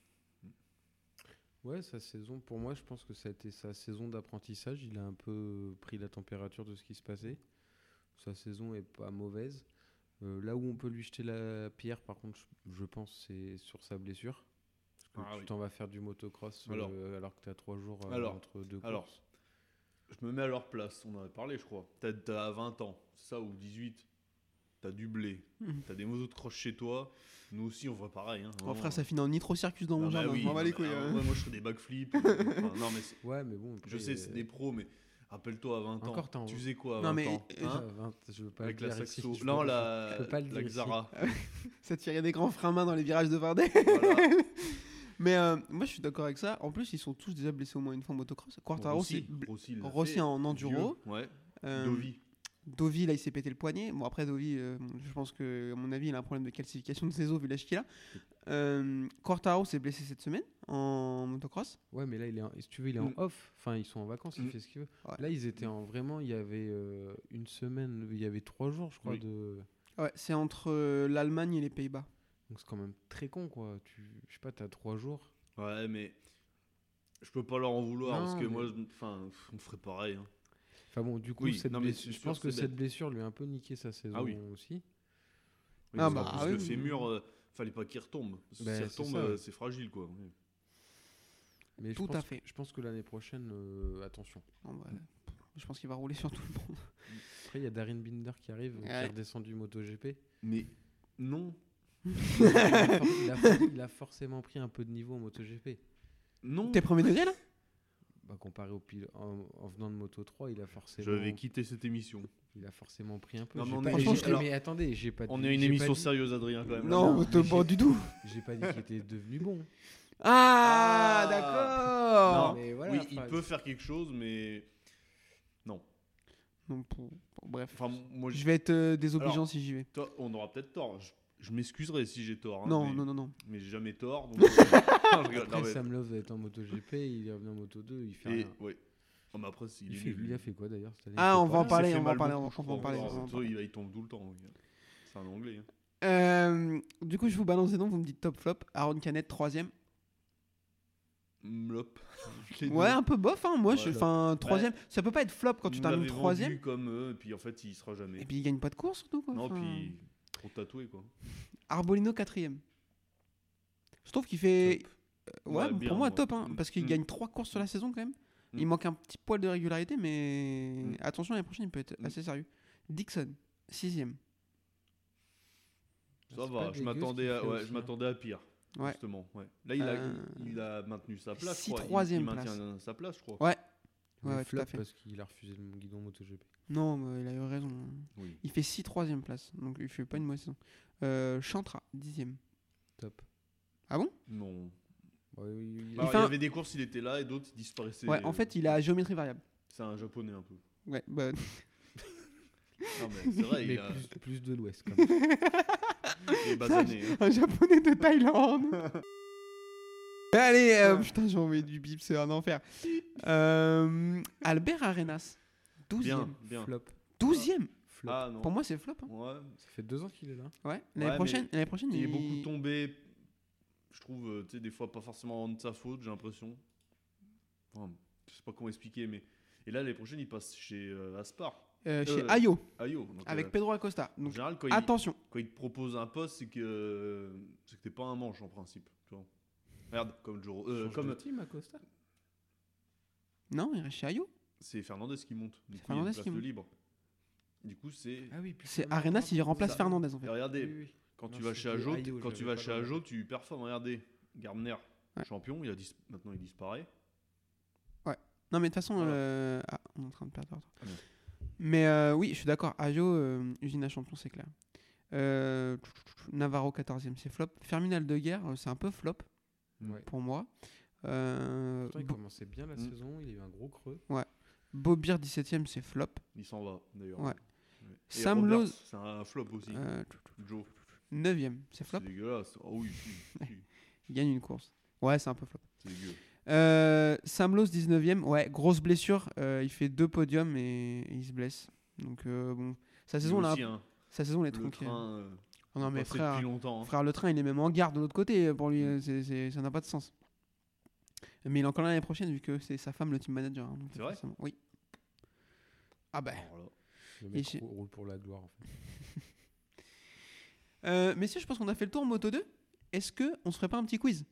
[SPEAKER 4] Ouais, sa saison, pour moi, je pense que ça a été sa saison d'apprentissage. Il a un peu euh, pris la température de ce qui se passait. Sa saison est pas mauvaise. Euh, là où on peut lui jeter la pierre, par contre, je- je pense, c'est sur sa blessure. Parce que
[SPEAKER 3] Ah
[SPEAKER 4] tu
[SPEAKER 3] oui.
[SPEAKER 4] t'en vas faire du motocross euh, alors,
[SPEAKER 3] Alors.
[SPEAKER 4] que tu as trois jours euh,
[SPEAKER 3] Alors.
[SPEAKER 4] entre deux courses.
[SPEAKER 3] Alors. Je me mets à leur place, on en a parlé, je crois. T'as- T'as 20 ans, c'est ça, ou 18. t'as du blé,
[SPEAKER 2] Mhm.
[SPEAKER 3] t'as des motos de croche chez toi. Nous aussi, on voit pareil. Hein,
[SPEAKER 2] Oh,
[SPEAKER 3] vraiment.
[SPEAKER 2] frère, ça finit en nitro-circus dans
[SPEAKER 3] Ah
[SPEAKER 2] mon
[SPEAKER 3] bah
[SPEAKER 2] jardin.
[SPEAKER 3] oui,
[SPEAKER 2] je m'en bats
[SPEAKER 3] non,
[SPEAKER 2] les
[SPEAKER 3] mais,
[SPEAKER 2] couilles.
[SPEAKER 3] ah,
[SPEAKER 2] euh.
[SPEAKER 3] ouais, moi, je fais des backflips. euh, Enfin, non, mais c'est-
[SPEAKER 4] Ouais, mais bon. après,
[SPEAKER 3] je sais, c'est
[SPEAKER 4] euh,
[SPEAKER 3] des pros, mais rappelle-toi à 20 ans.
[SPEAKER 4] Encore t'en-
[SPEAKER 3] tu faisais quoi à 20
[SPEAKER 2] Non, mais-
[SPEAKER 3] ans
[SPEAKER 2] euh,
[SPEAKER 3] hein
[SPEAKER 4] Ah, vingt, je veux pas
[SPEAKER 3] Avec
[SPEAKER 4] le
[SPEAKER 3] la
[SPEAKER 4] dire ici,
[SPEAKER 3] saxo.
[SPEAKER 4] je peux
[SPEAKER 3] Non,
[SPEAKER 4] pas-
[SPEAKER 3] la,
[SPEAKER 4] je peux pas le
[SPEAKER 3] la
[SPEAKER 4] dire ici.
[SPEAKER 3] Xara.
[SPEAKER 2] Ça tirait des grands freins main dans les virages de Vardet.
[SPEAKER 3] Voilà.
[SPEAKER 2] Mais euh, moi, je suis d'accord avec ça. En plus, ils sont tous déjà blessés au moins une fois en motocross. Quartaro, c'est.
[SPEAKER 3] Rossi,
[SPEAKER 2] bl-
[SPEAKER 3] Rossi, il l'a
[SPEAKER 2] Rossi
[SPEAKER 3] fait.
[SPEAKER 2] en enduro.
[SPEAKER 3] Dieu, Ouais.
[SPEAKER 2] euh,
[SPEAKER 3] Dovi.
[SPEAKER 2] Dovi, là, il s'est pété le poignet. Bon, après, Dovi, euh, bon, je pense que, à mon avis, il a un problème de calcification de ses os vu l'âge qu'il a. Euh, Quartaro s'est blessé cette semaine en motocross.
[SPEAKER 4] Ouais, mais là, il est en- si tu veux, il est en
[SPEAKER 3] Mm.
[SPEAKER 4] off. Enfin, ils sont en vacances, il
[SPEAKER 3] Mm.
[SPEAKER 4] fait ce qu'il veut.
[SPEAKER 2] Ouais.
[SPEAKER 4] Là, ils étaient en vraiment. Il y avait euh, une semaine, il y avait trois jours, je crois,
[SPEAKER 3] Oui.
[SPEAKER 4] de.
[SPEAKER 2] Ouais, c'est entre euh, l'Allemagne et les Pays-Bas.
[SPEAKER 4] Donc c'est quand même très con, quoi. Tu, je sais pas, t'as trois jours.
[SPEAKER 3] Ouais, mais je peux pas leur en vouloir
[SPEAKER 4] Non,
[SPEAKER 3] parce que
[SPEAKER 4] mais-
[SPEAKER 3] moi, je- enfin, pff, on ferait pareil. hein.
[SPEAKER 4] Enfin bon, du coup,
[SPEAKER 3] Oui,
[SPEAKER 4] cette
[SPEAKER 3] non, mais
[SPEAKER 4] bless-
[SPEAKER 3] c'est
[SPEAKER 4] je
[SPEAKER 3] sûr,
[SPEAKER 4] pense que
[SPEAKER 3] c'est
[SPEAKER 4] cette blessure lui a un peu niqué sa saison
[SPEAKER 3] Ah oui.
[SPEAKER 4] aussi.
[SPEAKER 3] Oui,
[SPEAKER 2] Ah
[SPEAKER 3] parce qu'en
[SPEAKER 2] bah,
[SPEAKER 3] plus,
[SPEAKER 2] ah oui, Ben,
[SPEAKER 3] le
[SPEAKER 2] oui.
[SPEAKER 3] fémur, euh, fallait pas qu'il retombe. Parce que
[SPEAKER 4] Bah,
[SPEAKER 3] s'il
[SPEAKER 4] c'est
[SPEAKER 3] retombe,
[SPEAKER 4] ça,
[SPEAKER 3] euh,
[SPEAKER 4] ouais.
[SPEAKER 3] c'est fragile, quoi. Oui.
[SPEAKER 4] Mais je
[SPEAKER 2] Tout à
[SPEAKER 4] pense-
[SPEAKER 2] fait.
[SPEAKER 4] Je pense que l'année prochaine, euh, attention.
[SPEAKER 2] Non, bah, je pense qu'il va rouler sur tout le monde.
[SPEAKER 4] Après, il y a Darin Binder qui arrive, qui
[SPEAKER 2] Ouais.
[SPEAKER 4] est redescendu MotoGP.
[SPEAKER 3] Mais non,
[SPEAKER 4] il, a for- il a for- il a forcément pris un peu de niveau en MotoGP.
[SPEAKER 3] non.
[SPEAKER 2] T'es premier degré là
[SPEAKER 4] Bah, comparé au pil- en, en venant de Moto 3, il a forcément,
[SPEAKER 3] Je vais quitter cette émission.
[SPEAKER 4] il a forcément pris un peu.
[SPEAKER 3] Non, mais
[SPEAKER 4] J'ai
[SPEAKER 3] on
[SPEAKER 4] pas-
[SPEAKER 3] est-
[SPEAKER 4] j'ai-
[SPEAKER 2] Franchement, je-
[SPEAKER 4] eh,
[SPEAKER 3] alors-
[SPEAKER 4] mais attendez, j'ai pas.
[SPEAKER 3] On
[SPEAKER 4] dit-
[SPEAKER 3] est une
[SPEAKER 4] j'ai pas
[SPEAKER 3] émission
[SPEAKER 4] dit-
[SPEAKER 3] sérieuse, Adrien, quand même.
[SPEAKER 2] Non,
[SPEAKER 4] non,
[SPEAKER 2] mais t'es
[SPEAKER 4] j'ai-
[SPEAKER 2] pas du tout.
[SPEAKER 4] J'ai pas dit qu'il était devenu bon.
[SPEAKER 2] Ah,
[SPEAKER 3] Ah.
[SPEAKER 2] d'accord.
[SPEAKER 3] Non.
[SPEAKER 4] mais
[SPEAKER 3] Ah, oui,
[SPEAKER 4] enfin,
[SPEAKER 3] il peut faire quelque chose, mais non.
[SPEAKER 2] Non, pour- bon, bref.
[SPEAKER 3] Enfin, moi,
[SPEAKER 2] Je
[SPEAKER 3] je...
[SPEAKER 2] vais être euh, désobligeant
[SPEAKER 3] Alors,
[SPEAKER 2] si j'y vais.
[SPEAKER 3] toi, on aura peut-être tort. Je, je m'excuserai si j'ai tort. hein,
[SPEAKER 2] non,
[SPEAKER 3] mais...
[SPEAKER 2] non, non, non.
[SPEAKER 3] mais j'ai jamais tort. donc- Non, je rigole, non,
[SPEAKER 4] Après,
[SPEAKER 3] mais-
[SPEAKER 4] Sam Love va être en MotoGP, il est revenu en Moto2, il fait
[SPEAKER 3] Et,
[SPEAKER 4] rien.
[SPEAKER 3] ouais. Ah, mais après, il,
[SPEAKER 4] Il,
[SPEAKER 3] est
[SPEAKER 4] fait-
[SPEAKER 3] nul.
[SPEAKER 4] il a fait quoi d'ailleurs cette année
[SPEAKER 2] Ah,
[SPEAKER 4] Il fait
[SPEAKER 2] on
[SPEAKER 4] pas
[SPEAKER 2] va en
[SPEAKER 3] Il
[SPEAKER 4] mal.
[SPEAKER 3] s'est
[SPEAKER 2] parler,
[SPEAKER 3] fait
[SPEAKER 2] on va
[SPEAKER 3] mal
[SPEAKER 2] en parler,
[SPEAKER 3] beaucoup,
[SPEAKER 2] on
[SPEAKER 3] je
[SPEAKER 2] va en
[SPEAKER 3] crois,
[SPEAKER 2] parler,
[SPEAKER 3] encore.
[SPEAKER 2] on va en
[SPEAKER 3] Toi,
[SPEAKER 2] parler.
[SPEAKER 3] Il, il tombe tout le temps. oui. C'est un anglais. hein.
[SPEAKER 2] Euh, du coup, je vous balance des noms, vous me dites top flop. Aaron Canet, troisième.
[SPEAKER 3] Mlop. Les
[SPEAKER 2] Ouais,
[SPEAKER 3] deux.
[SPEAKER 2] un peu bof, hein. Moi, je
[SPEAKER 3] Ouais.
[SPEAKER 2] suis. Enfin, troisième. Ça peut pas être flop quand tu
[SPEAKER 3] Vous
[SPEAKER 2] termines
[SPEAKER 3] l'avez vendu
[SPEAKER 2] troisième.
[SPEAKER 3] comme eux, et puis en fait, il sera jamais.
[SPEAKER 2] Et puis, il gagne pas de course, surtout. Quoi.
[SPEAKER 3] non,
[SPEAKER 2] Enfin,
[SPEAKER 3] puis trop tatoué quoi.
[SPEAKER 2] Arbolino, quatrième. Je trouve qu'il fait.
[SPEAKER 3] Top.
[SPEAKER 2] Euh, Ouais,
[SPEAKER 3] Ouais, bien,
[SPEAKER 2] pour moi,
[SPEAKER 3] moi.
[SPEAKER 2] top, hein,
[SPEAKER 3] Mm.
[SPEAKER 2] parce qu'il
[SPEAKER 3] Mm.
[SPEAKER 2] gagne trois courses sur la saison quand même. Il
[SPEAKER 3] Mm.
[SPEAKER 2] manque un petit poil de régularité, mais
[SPEAKER 3] Mm.
[SPEAKER 2] attention, l'année prochaine, il peut être
[SPEAKER 3] Mm.
[SPEAKER 2] assez sérieux. Dixon, sixième.
[SPEAKER 4] C'est
[SPEAKER 3] Ça
[SPEAKER 4] pas
[SPEAKER 3] va,
[SPEAKER 4] dégueu,
[SPEAKER 3] je
[SPEAKER 4] ce qu'il
[SPEAKER 3] m'attendais à,
[SPEAKER 4] fait
[SPEAKER 3] ouais,
[SPEAKER 4] aussi,
[SPEAKER 3] je
[SPEAKER 4] hein.
[SPEAKER 3] m'attendais à pire.
[SPEAKER 2] Ouais.
[SPEAKER 3] Justement, ouais. Là, il a,
[SPEAKER 2] Euh,
[SPEAKER 3] il, il a maintenu sa place,
[SPEAKER 2] six
[SPEAKER 3] je crois. Il-
[SPEAKER 2] troisième
[SPEAKER 3] il, maintient
[SPEAKER 2] place.
[SPEAKER 3] euh, sa place, je crois.
[SPEAKER 2] Ouais.
[SPEAKER 4] Il
[SPEAKER 2] Ouais, ouais, tout
[SPEAKER 4] flop
[SPEAKER 2] à fait.
[SPEAKER 4] parce qu'il a refusé le guidon MotoGP.
[SPEAKER 2] Non, mais il a eu raison.
[SPEAKER 3] Oui.
[SPEAKER 2] Il fait 6 troisième place, donc il fait pas une mauvaise saison. Euh, Chantra, dixième.
[SPEAKER 4] Top.
[SPEAKER 2] Ah bon
[SPEAKER 3] Non.
[SPEAKER 4] Ouais, Bah oui, oui, oui.
[SPEAKER 3] Alors,
[SPEAKER 2] fait
[SPEAKER 3] il y
[SPEAKER 2] un-
[SPEAKER 3] avait des courses, il était là, et d'autres, il disparaissait.
[SPEAKER 2] Ouais, en
[SPEAKER 3] euh,
[SPEAKER 2] fait, il a géométrie variable.
[SPEAKER 3] C'est un japonais un peu.
[SPEAKER 2] Ouais, bah,
[SPEAKER 3] Non, mais c'est vrai,
[SPEAKER 4] mais
[SPEAKER 3] il a
[SPEAKER 4] plus, plus de l'Ouest quand même.
[SPEAKER 3] il est basané. hein.
[SPEAKER 2] un japonais de Thaïlande. Allez, euh, putain, j'ai envoyé du bip, c'est un enfer. Euh, Albert Arenas,
[SPEAKER 3] Bien,
[SPEAKER 2] douzième.
[SPEAKER 3] bien.
[SPEAKER 4] Flop.
[SPEAKER 2] Douzième
[SPEAKER 4] Flop.
[SPEAKER 3] Ah non.
[SPEAKER 2] Pour moi, c'est flop. hein.
[SPEAKER 3] Ouais.
[SPEAKER 4] Ça fait deux ans qu'il est là. hein.
[SPEAKER 2] Ouais, l'année
[SPEAKER 3] mais
[SPEAKER 2] prochaine, l'année prochaine,
[SPEAKER 3] Il est beaucoup tombé. Je trouve, euh, tu sais, des fois pas forcément de sa faute, j'ai l'impression. Enfin, je sais pas comment expliquer, mais. Et là, l'année prochaine, il passe chez euh, Aspar,
[SPEAKER 2] Euh, chez
[SPEAKER 3] Euh,
[SPEAKER 2] Ayo
[SPEAKER 3] Ayo. Donc,
[SPEAKER 2] avec
[SPEAKER 3] euh,
[SPEAKER 2] Pedro Acosta.
[SPEAKER 3] en
[SPEAKER 2] Donc
[SPEAKER 3] général, quand il,
[SPEAKER 2] attention.
[SPEAKER 3] quand il te propose un poste, c'est que euh, c'est que t'es pas un manche en principe. Tu vois. Regarde, comme Joro- euh,
[SPEAKER 4] Change de
[SPEAKER 3] comme
[SPEAKER 4] team à Costa.
[SPEAKER 2] Non, il reste chez Ayo.
[SPEAKER 3] c'est Fernandez qui monte. Du
[SPEAKER 2] C'est
[SPEAKER 3] coup, il y a
[SPEAKER 2] Fernandez
[SPEAKER 3] une place
[SPEAKER 2] qui
[SPEAKER 3] de
[SPEAKER 2] monte.
[SPEAKER 3] libre. Du coup, c'est.
[SPEAKER 4] Ah oui. putain,
[SPEAKER 2] C'est
[SPEAKER 4] non,
[SPEAKER 2] Arenas, il remplace
[SPEAKER 3] ça.
[SPEAKER 2] Fernandez en fait.
[SPEAKER 3] Et Regardez,
[SPEAKER 4] Oui, oui.
[SPEAKER 3] quand tu
[SPEAKER 4] Non,
[SPEAKER 3] vas
[SPEAKER 4] c'était
[SPEAKER 3] chez Ajo,
[SPEAKER 4] Ayo,
[SPEAKER 3] t- quand
[SPEAKER 4] j'avais
[SPEAKER 3] tu vas
[SPEAKER 4] pas
[SPEAKER 3] chez
[SPEAKER 4] le-
[SPEAKER 3] Ajo, tu performes. Regardez, Gardner,
[SPEAKER 2] Ouais.
[SPEAKER 3] champion, il a dis- maintenant il disparaît.
[SPEAKER 2] Non, mais de toute façon,
[SPEAKER 3] Voilà.
[SPEAKER 2] euh, ah, on est en train de perdre. l'ordre.
[SPEAKER 3] Ah, merde.
[SPEAKER 2] Mais euh, oui, je suis d'accord. Ayo, euh, usine à champion, c'est clair. Euh, Navarro 14 e c'est flop. Ferminal de guerre, euh, c'est un peu flop
[SPEAKER 4] Ouais.
[SPEAKER 2] pour moi. Euh,
[SPEAKER 4] Pourtant, il commençait bien la
[SPEAKER 3] Mm.
[SPEAKER 4] saison, il y a eu un gros creux.
[SPEAKER 2] Bobir 17 e c'est flop.
[SPEAKER 3] Il s'en va d'ailleurs.
[SPEAKER 2] Ouais.
[SPEAKER 3] Et
[SPEAKER 2] Sam
[SPEAKER 3] Roberts,
[SPEAKER 2] Lowe-
[SPEAKER 3] C'est un flop aussi.
[SPEAKER 2] Euh,
[SPEAKER 3] Joe.
[SPEAKER 2] 9 e c'est flop.
[SPEAKER 3] C'est dégueulasse. Oh oui, oui, oui,
[SPEAKER 2] Il gagne une course. Ouais, c'est un peu flop.
[SPEAKER 3] c'est dégueu.
[SPEAKER 2] Euh, Sam Lowe, 19ème. Ouais, grosse blessure. Euh, il fait deux podiums et, et il se blesse. Donc, euh, bon. Sa saison,
[SPEAKER 3] Lui
[SPEAKER 2] là,
[SPEAKER 3] aussi, hein,
[SPEAKER 2] sa saison, elle est
[SPEAKER 3] le
[SPEAKER 2] tronquée.
[SPEAKER 3] train. euh,
[SPEAKER 2] Oh non, mais
[SPEAKER 3] passé
[SPEAKER 2] frère,
[SPEAKER 3] depuis longtemps. hein.
[SPEAKER 2] frère, le train, il est même en garde de l'autre côté. euh, Pour lui, euh, c'est- c'est- ça n'a pas de sens. Mais il est encore là l'année prochaine, vu que c'est sa femme, le team manager. hein, donc
[SPEAKER 3] C'est vrai
[SPEAKER 2] forcément- Oui. Ah, bah.
[SPEAKER 3] Alors Oh là,
[SPEAKER 4] Le mec
[SPEAKER 2] chez-
[SPEAKER 4] rou- roule pour la gloire en fait.
[SPEAKER 2] Euh, messieurs, je pense qu'on a fait le tour en moto 2. Est-ce que on se ferait pas un petit quiz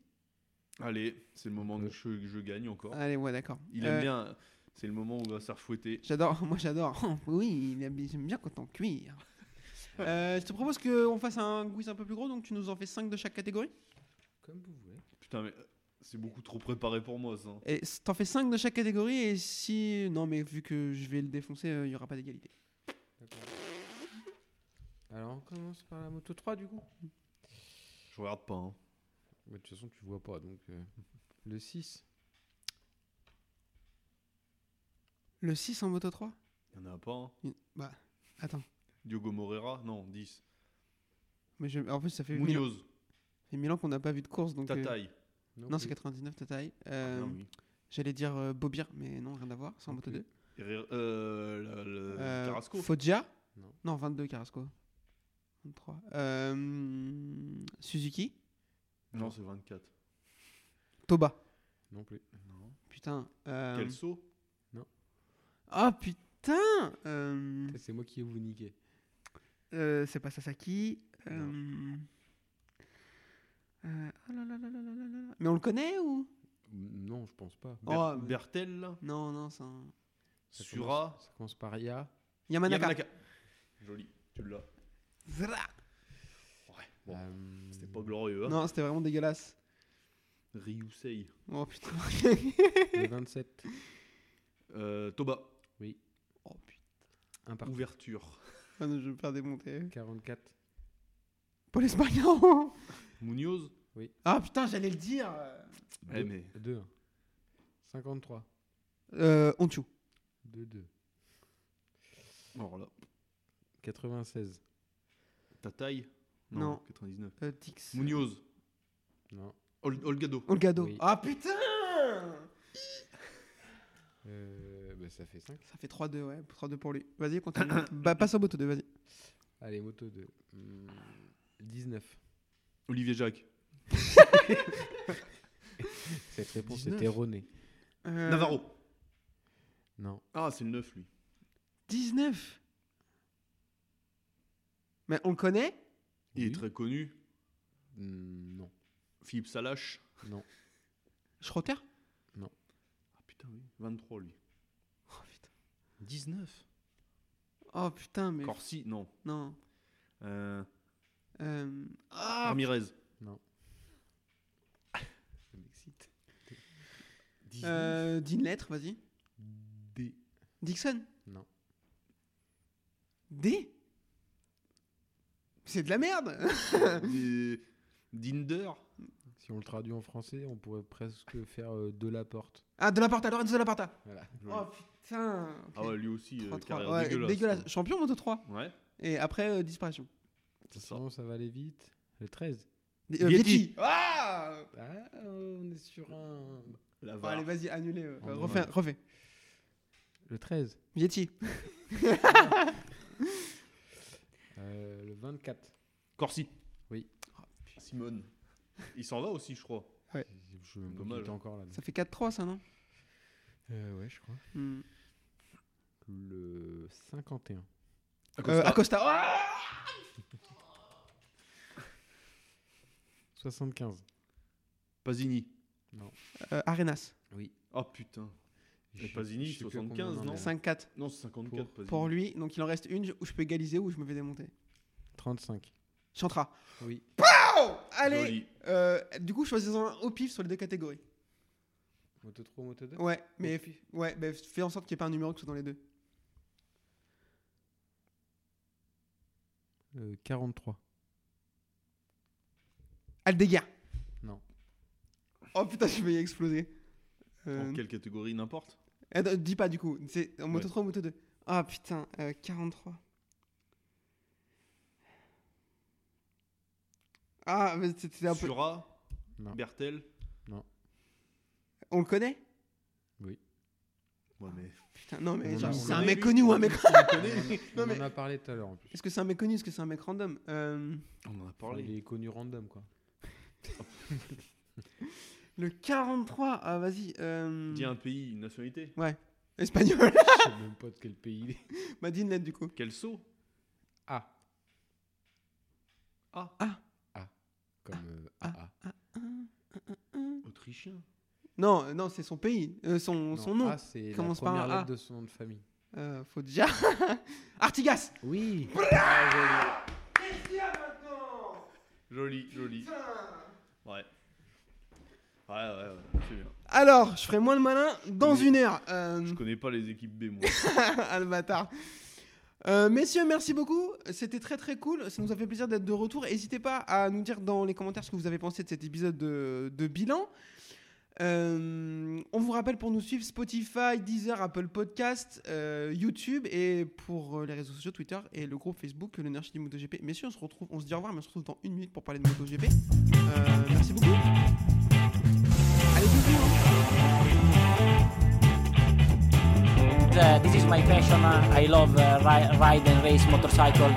[SPEAKER 3] Allez, c'est le moment que je, je gagne encore.
[SPEAKER 2] Allez, ouais, d'accord.
[SPEAKER 3] Il
[SPEAKER 2] Euh,
[SPEAKER 3] aime bien. C'est le moment où on va se faire fouetter.
[SPEAKER 2] J'adore, moi j'adore. oui, il aime- j'aime bien quand on cuire. Euh, je te propose qu'on fasse un quiz un peu plus gros, donc tu nous en fais 5 de chaque catégorie.
[SPEAKER 4] Comme vous voulez.
[SPEAKER 3] Putain, mais euh, c'est beaucoup trop préparé pour moi, ça.
[SPEAKER 2] Et s- t'en fais 5 de chaque catégorie, et si. Non, mais vu que je vais le défoncer, euh, il y n'y aura pas d'égalité.
[SPEAKER 4] D'accord. Alors, on commence par la moto 3 du coup.
[SPEAKER 3] Je regarde pas. hein.
[SPEAKER 4] Mais de toute façon, tu vois pas donc. euh, Le 6.
[SPEAKER 2] Le 6 en moto 3
[SPEAKER 3] Il y en a pas. hein.
[SPEAKER 2] Il- Bah, attends.
[SPEAKER 3] Diogo Moreira Non, 10.
[SPEAKER 2] Mais je- En plus, ça fait 1000 ans,
[SPEAKER 3] Munoz,
[SPEAKER 2] ça fait mille ans qu'on n'a pas vu de course. Donc, euh,
[SPEAKER 3] Tataï.
[SPEAKER 2] Non,
[SPEAKER 4] plus.
[SPEAKER 2] c'est 99 Tataï.
[SPEAKER 3] Ah,
[SPEAKER 2] Euh,
[SPEAKER 3] non, oui.
[SPEAKER 2] J'allais dire euh, Bobir, mais non, rien à voir, c'est en
[SPEAKER 4] Non
[SPEAKER 2] moto
[SPEAKER 4] plus.
[SPEAKER 2] 2.
[SPEAKER 3] Herrera- euh, le- le-
[SPEAKER 2] Euh,
[SPEAKER 3] Carrasco.
[SPEAKER 2] Foggia
[SPEAKER 4] Non.
[SPEAKER 2] 22 Carrasco. 23. Euh, Suzuki
[SPEAKER 3] Non, c'est 24.
[SPEAKER 2] Toba.
[SPEAKER 4] Non plus.
[SPEAKER 2] Putain. euh,
[SPEAKER 3] Kelso
[SPEAKER 2] Ah putain euh,
[SPEAKER 4] Ça, C'est moi qui ai vous niqué.
[SPEAKER 2] euh, C'est pas Sasaki. euh, euh, ah là là là là là là là là. Mais on le connaît ou
[SPEAKER 4] Mm, Non, je pense pas.
[SPEAKER 2] Oh,
[SPEAKER 3] Ber-
[SPEAKER 2] mais-
[SPEAKER 3] Bertel là
[SPEAKER 2] Non, non, c'est un.
[SPEAKER 4] Ça commence-
[SPEAKER 3] Sura
[SPEAKER 4] Ça commence par Ya.
[SPEAKER 2] Yamanaka.
[SPEAKER 3] Yamanaka. Joli, tu l'as.
[SPEAKER 2] Zra.
[SPEAKER 3] Ouais, bon,
[SPEAKER 4] Euh,
[SPEAKER 3] c'était pas glorieux. Hein.
[SPEAKER 2] Non, c'était vraiment dégueulasse.
[SPEAKER 3] Ryusei.
[SPEAKER 2] Oh putain.
[SPEAKER 4] Le 27.
[SPEAKER 3] Euh, Toba,
[SPEAKER 2] oh putain.
[SPEAKER 4] Un partout.
[SPEAKER 3] ouverture.
[SPEAKER 2] Ah non, je vais me faire démonter.
[SPEAKER 4] 44.
[SPEAKER 2] Paul Espargaro
[SPEAKER 3] Munoz
[SPEAKER 2] Ah putain, j'allais le dire.
[SPEAKER 3] Eh,
[SPEAKER 4] Deux.
[SPEAKER 3] mais-
[SPEAKER 4] 2. 53.
[SPEAKER 2] Euh, Onchu.
[SPEAKER 4] 2, 2.
[SPEAKER 3] Alors là,
[SPEAKER 4] 96.
[SPEAKER 3] Tataï
[SPEAKER 2] Non.
[SPEAKER 3] 99.
[SPEAKER 2] Euh, Tix.
[SPEAKER 3] Munoz
[SPEAKER 4] Non.
[SPEAKER 3] Ol- Olgado.
[SPEAKER 2] Olgado.
[SPEAKER 4] Oui.
[SPEAKER 2] Ah putain
[SPEAKER 4] Euh, bah, ça fait 5.
[SPEAKER 2] Ça fait 3-2, ouais. 3-2 pour lui. Vas-y, continue. bah, passe au moto 2, vas-y.
[SPEAKER 4] Allez, moto Mm, 2. 19.
[SPEAKER 3] Olivier Jacques.
[SPEAKER 4] Cette réponse
[SPEAKER 2] 19.
[SPEAKER 4] est erronée.
[SPEAKER 2] Euh,
[SPEAKER 3] Navarro.
[SPEAKER 4] Non.
[SPEAKER 3] Ah, c'est le 9 lui.
[SPEAKER 2] 19 Mais on le connaît
[SPEAKER 3] Il
[SPEAKER 4] Oui.
[SPEAKER 3] est très connu.
[SPEAKER 4] Mm, non.
[SPEAKER 3] Philippe Salache.
[SPEAKER 4] Non.
[SPEAKER 2] Schrotter
[SPEAKER 3] Ah putain, oui. 23 lui.
[SPEAKER 2] Oh putain.
[SPEAKER 3] 19
[SPEAKER 2] Oh putain, mais.
[SPEAKER 3] Corsi, non.
[SPEAKER 2] Non.
[SPEAKER 3] Euh,
[SPEAKER 2] Euh, Ah
[SPEAKER 3] Ramirez.
[SPEAKER 4] Ça m'excite.
[SPEAKER 2] euh, Dis une lettre, vas-y.
[SPEAKER 4] D.
[SPEAKER 2] Dixon
[SPEAKER 4] Non.
[SPEAKER 2] D C'est de la merde
[SPEAKER 3] Des- Dinder.
[SPEAKER 4] Si on le traduit en français, on pourrait presque faire euh, de la porte.
[SPEAKER 2] Ah, de la Porta, Lorenzo de la Porta
[SPEAKER 4] Voilà.
[SPEAKER 2] Oh putain ok.
[SPEAKER 3] Ah ouais, lui aussi, euh,
[SPEAKER 2] 3-3.
[SPEAKER 3] carrière
[SPEAKER 2] Ouais,
[SPEAKER 3] dégueulasse.
[SPEAKER 2] dégueulasse. Champion Moto 3.
[SPEAKER 3] Ouais,
[SPEAKER 2] Et après, euh, disparition.
[SPEAKER 3] c'est ça.
[SPEAKER 4] Sinon, ça va aller vite. Le 13.
[SPEAKER 2] D- euh,
[SPEAKER 3] Vietti.
[SPEAKER 2] Vietti. Ah
[SPEAKER 4] Ah, on est sur un.
[SPEAKER 3] La
[SPEAKER 2] Bon,
[SPEAKER 3] VAR.
[SPEAKER 2] Allez, vas-y, annulez. euh.
[SPEAKER 4] Oh,
[SPEAKER 2] Euh, refais, refais.
[SPEAKER 4] Le 13.
[SPEAKER 2] Vietti.
[SPEAKER 4] Euh, le 24.
[SPEAKER 3] Corsi.
[SPEAKER 4] Oui.
[SPEAKER 3] Simone. Il s'en va aussi, je crois.
[SPEAKER 4] Je me
[SPEAKER 3] Dommage.
[SPEAKER 4] dommage. encore là.
[SPEAKER 2] Ça fait 4-3, ça, non
[SPEAKER 4] Euh, ouais, je crois.
[SPEAKER 2] Hmm.
[SPEAKER 4] Le 51.
[SPEAKER 2] Euh, Acosta. Ah
[SPEAKER 4] 75.
[SPEAKER 3] Pasini.
[SPEAKER 2] Euh, Arenas.
[SPEAKER 3] Ah putain.
[SPEAKER 4] Je-
[SPEAKER 3] Pasini,
[SPEAKER 4] je sais plus combien
[SPEAKER 3] 75,
[SPEAKER 4] on en
[SPEAKER 3] non
[SPEAKER 4] est.
[SPEAKER 2] 5-4
[SPEAKER 3] Non, c'est 54, Pasini.
[SPEAKER 2] pour lui. Donc, il en reste une où je peux égaliser ou je me vais démonter.
[SPEAKER 4] 35.
[SPEAKER 2] Chantra.
[SPEAKER 4] Oui.
[SPEAKER 2] Oh Allez
[SPEAKER 3] Joli.
[SPEAKER 2] euh, Du coup, choisissons un au pif sur les deux catégories.
[SPEAKER 4] Moto 3, moto 2
[SPEAKER 2] Ouais, mais, ouais, bah, fais en sorte qu'il n'y ait pas un numéro qui soit dans les deux.
[SPEAKER 4] Euh, 43.
[SPEAKER 2] Aldeguer.
[SPEAKER 4] Non.
[SPEAKER 2] Oh putain, je vais y exploser. Euh,
[SPEAKER 3] En quelle catégorie, n'importe
[SPEAKER 2] Attends, Eh, dis pas du coup, c'est en moto
[SPEAKER 3] Ouais.
[SPEAKER 2] 3 ou moto 2 Ah putain, euh, 43. Ah, mais c'est- c'est un peu.
[SPEAKER 3] Sura.
[SPEAKER 4] Non.
[SPEAKER 3] Bertel.
[SPEAKER 2] On le connaît
[SPEAKER 3] Ouais, mais.
[SPEAKER 2] Putain, non, mais
[SPEAKER 4] On
[SPEAKER 2] genre,
[SPEAKER 4] l'a- on
[SPEAKER 2] c'est un
[SPEAKER 4] l'a
[SPEAKER 2] mec
[SPEAKER 3] vu.
[SPEAKER 2] connu ou un mec.
[SPEAKER 4] On
[SPEAKER 2] Non, mais-
[SPEAKER 4] en a parlé tout à l'heure en plus.
[SPEAKER 2] Est-ce que c'est un mec connu Est-ce que c'est un mec random Euh,
[SPEAKER 3] On en a
[SPEAKER 4] Enfin,
[SPEAKER 3] parlé.
[SPEAKER 4] il est connu random quoi.
[SPEAKER 2] Le 43, ah vas-y. euh,
[SPEAKER 3] Dis un pays, une nationalité.
[SPEAKER 2] Espagnol
[SPEAKER 4] je sais même pas de quel pays il est.
[SPEAKER 2] Bah, dis une lettre du coup.
[SPEAKER 3] Quel saut
[SPEAKER 4] Ah.
[SPEAKER 3] Ah.
[SPEAKER 2] Ah.
[SPEAKER 4] Ah. Comme euh,
[SPEAKER 2] Ah.
[SPEAKER 4] AA.
[SPEAKER 3] Autrichien.
[SPEAKER 2] Non, euh, non, c'est son pays, euh, son,
[SPEAKER 4] Non,
[SPEAKER 2] son nom. Euh,
[SPEAKER 4] Ah, c'est la
[SPEAKER 2] Commence par un
[SPEAKER 4] première lettre
[SPEAKER 2] A.
[SPEAKER 4] de son nom de famille.
[SPEAKER 2] Euh, faut déjà. Artigas
[SPEAKER 4] Oui.
[SPEAKER 2] maintenant
[SPEAKER 3] Joli, joli. Ouais. Ouais, ouais, ouais, c'est bien.
[SPEAKER 2] Alors, je ferai moins le malin dans
[SPEAKER 3] Mais-
[SPEAKER 2] une heure. Euh,
[SPEAKER 3] Je connais pas les équipes B, moi.
[SPEAKER 2] ah, le bâtard. Euh, messieurs, merci beaucoup. C'était très très cool. Ça nous a fait plaisir d'être de retour. N'hésitez pas à nous dire dans les commentaires ce que vous avez pensé de cet épisode de, de bilan. Euh, on vous rappelle pour nous suivre Spotify, Deezer, Apple Podcast, euh, YouTube et pour euh, les réseaux sociaux Twitter et le groupe Facebook le Nerchi du MotoGP. Messieurs, on se retrouve, on se dit au revoir, mais on se retrouve dans une minute pour parler de MotoGP. Euh, merci beaucoup. Allez, bisous. hein.
[SPEAKER 1] Uh, this is my passion. Uh, I love uh, ri- ride and race motorcycle.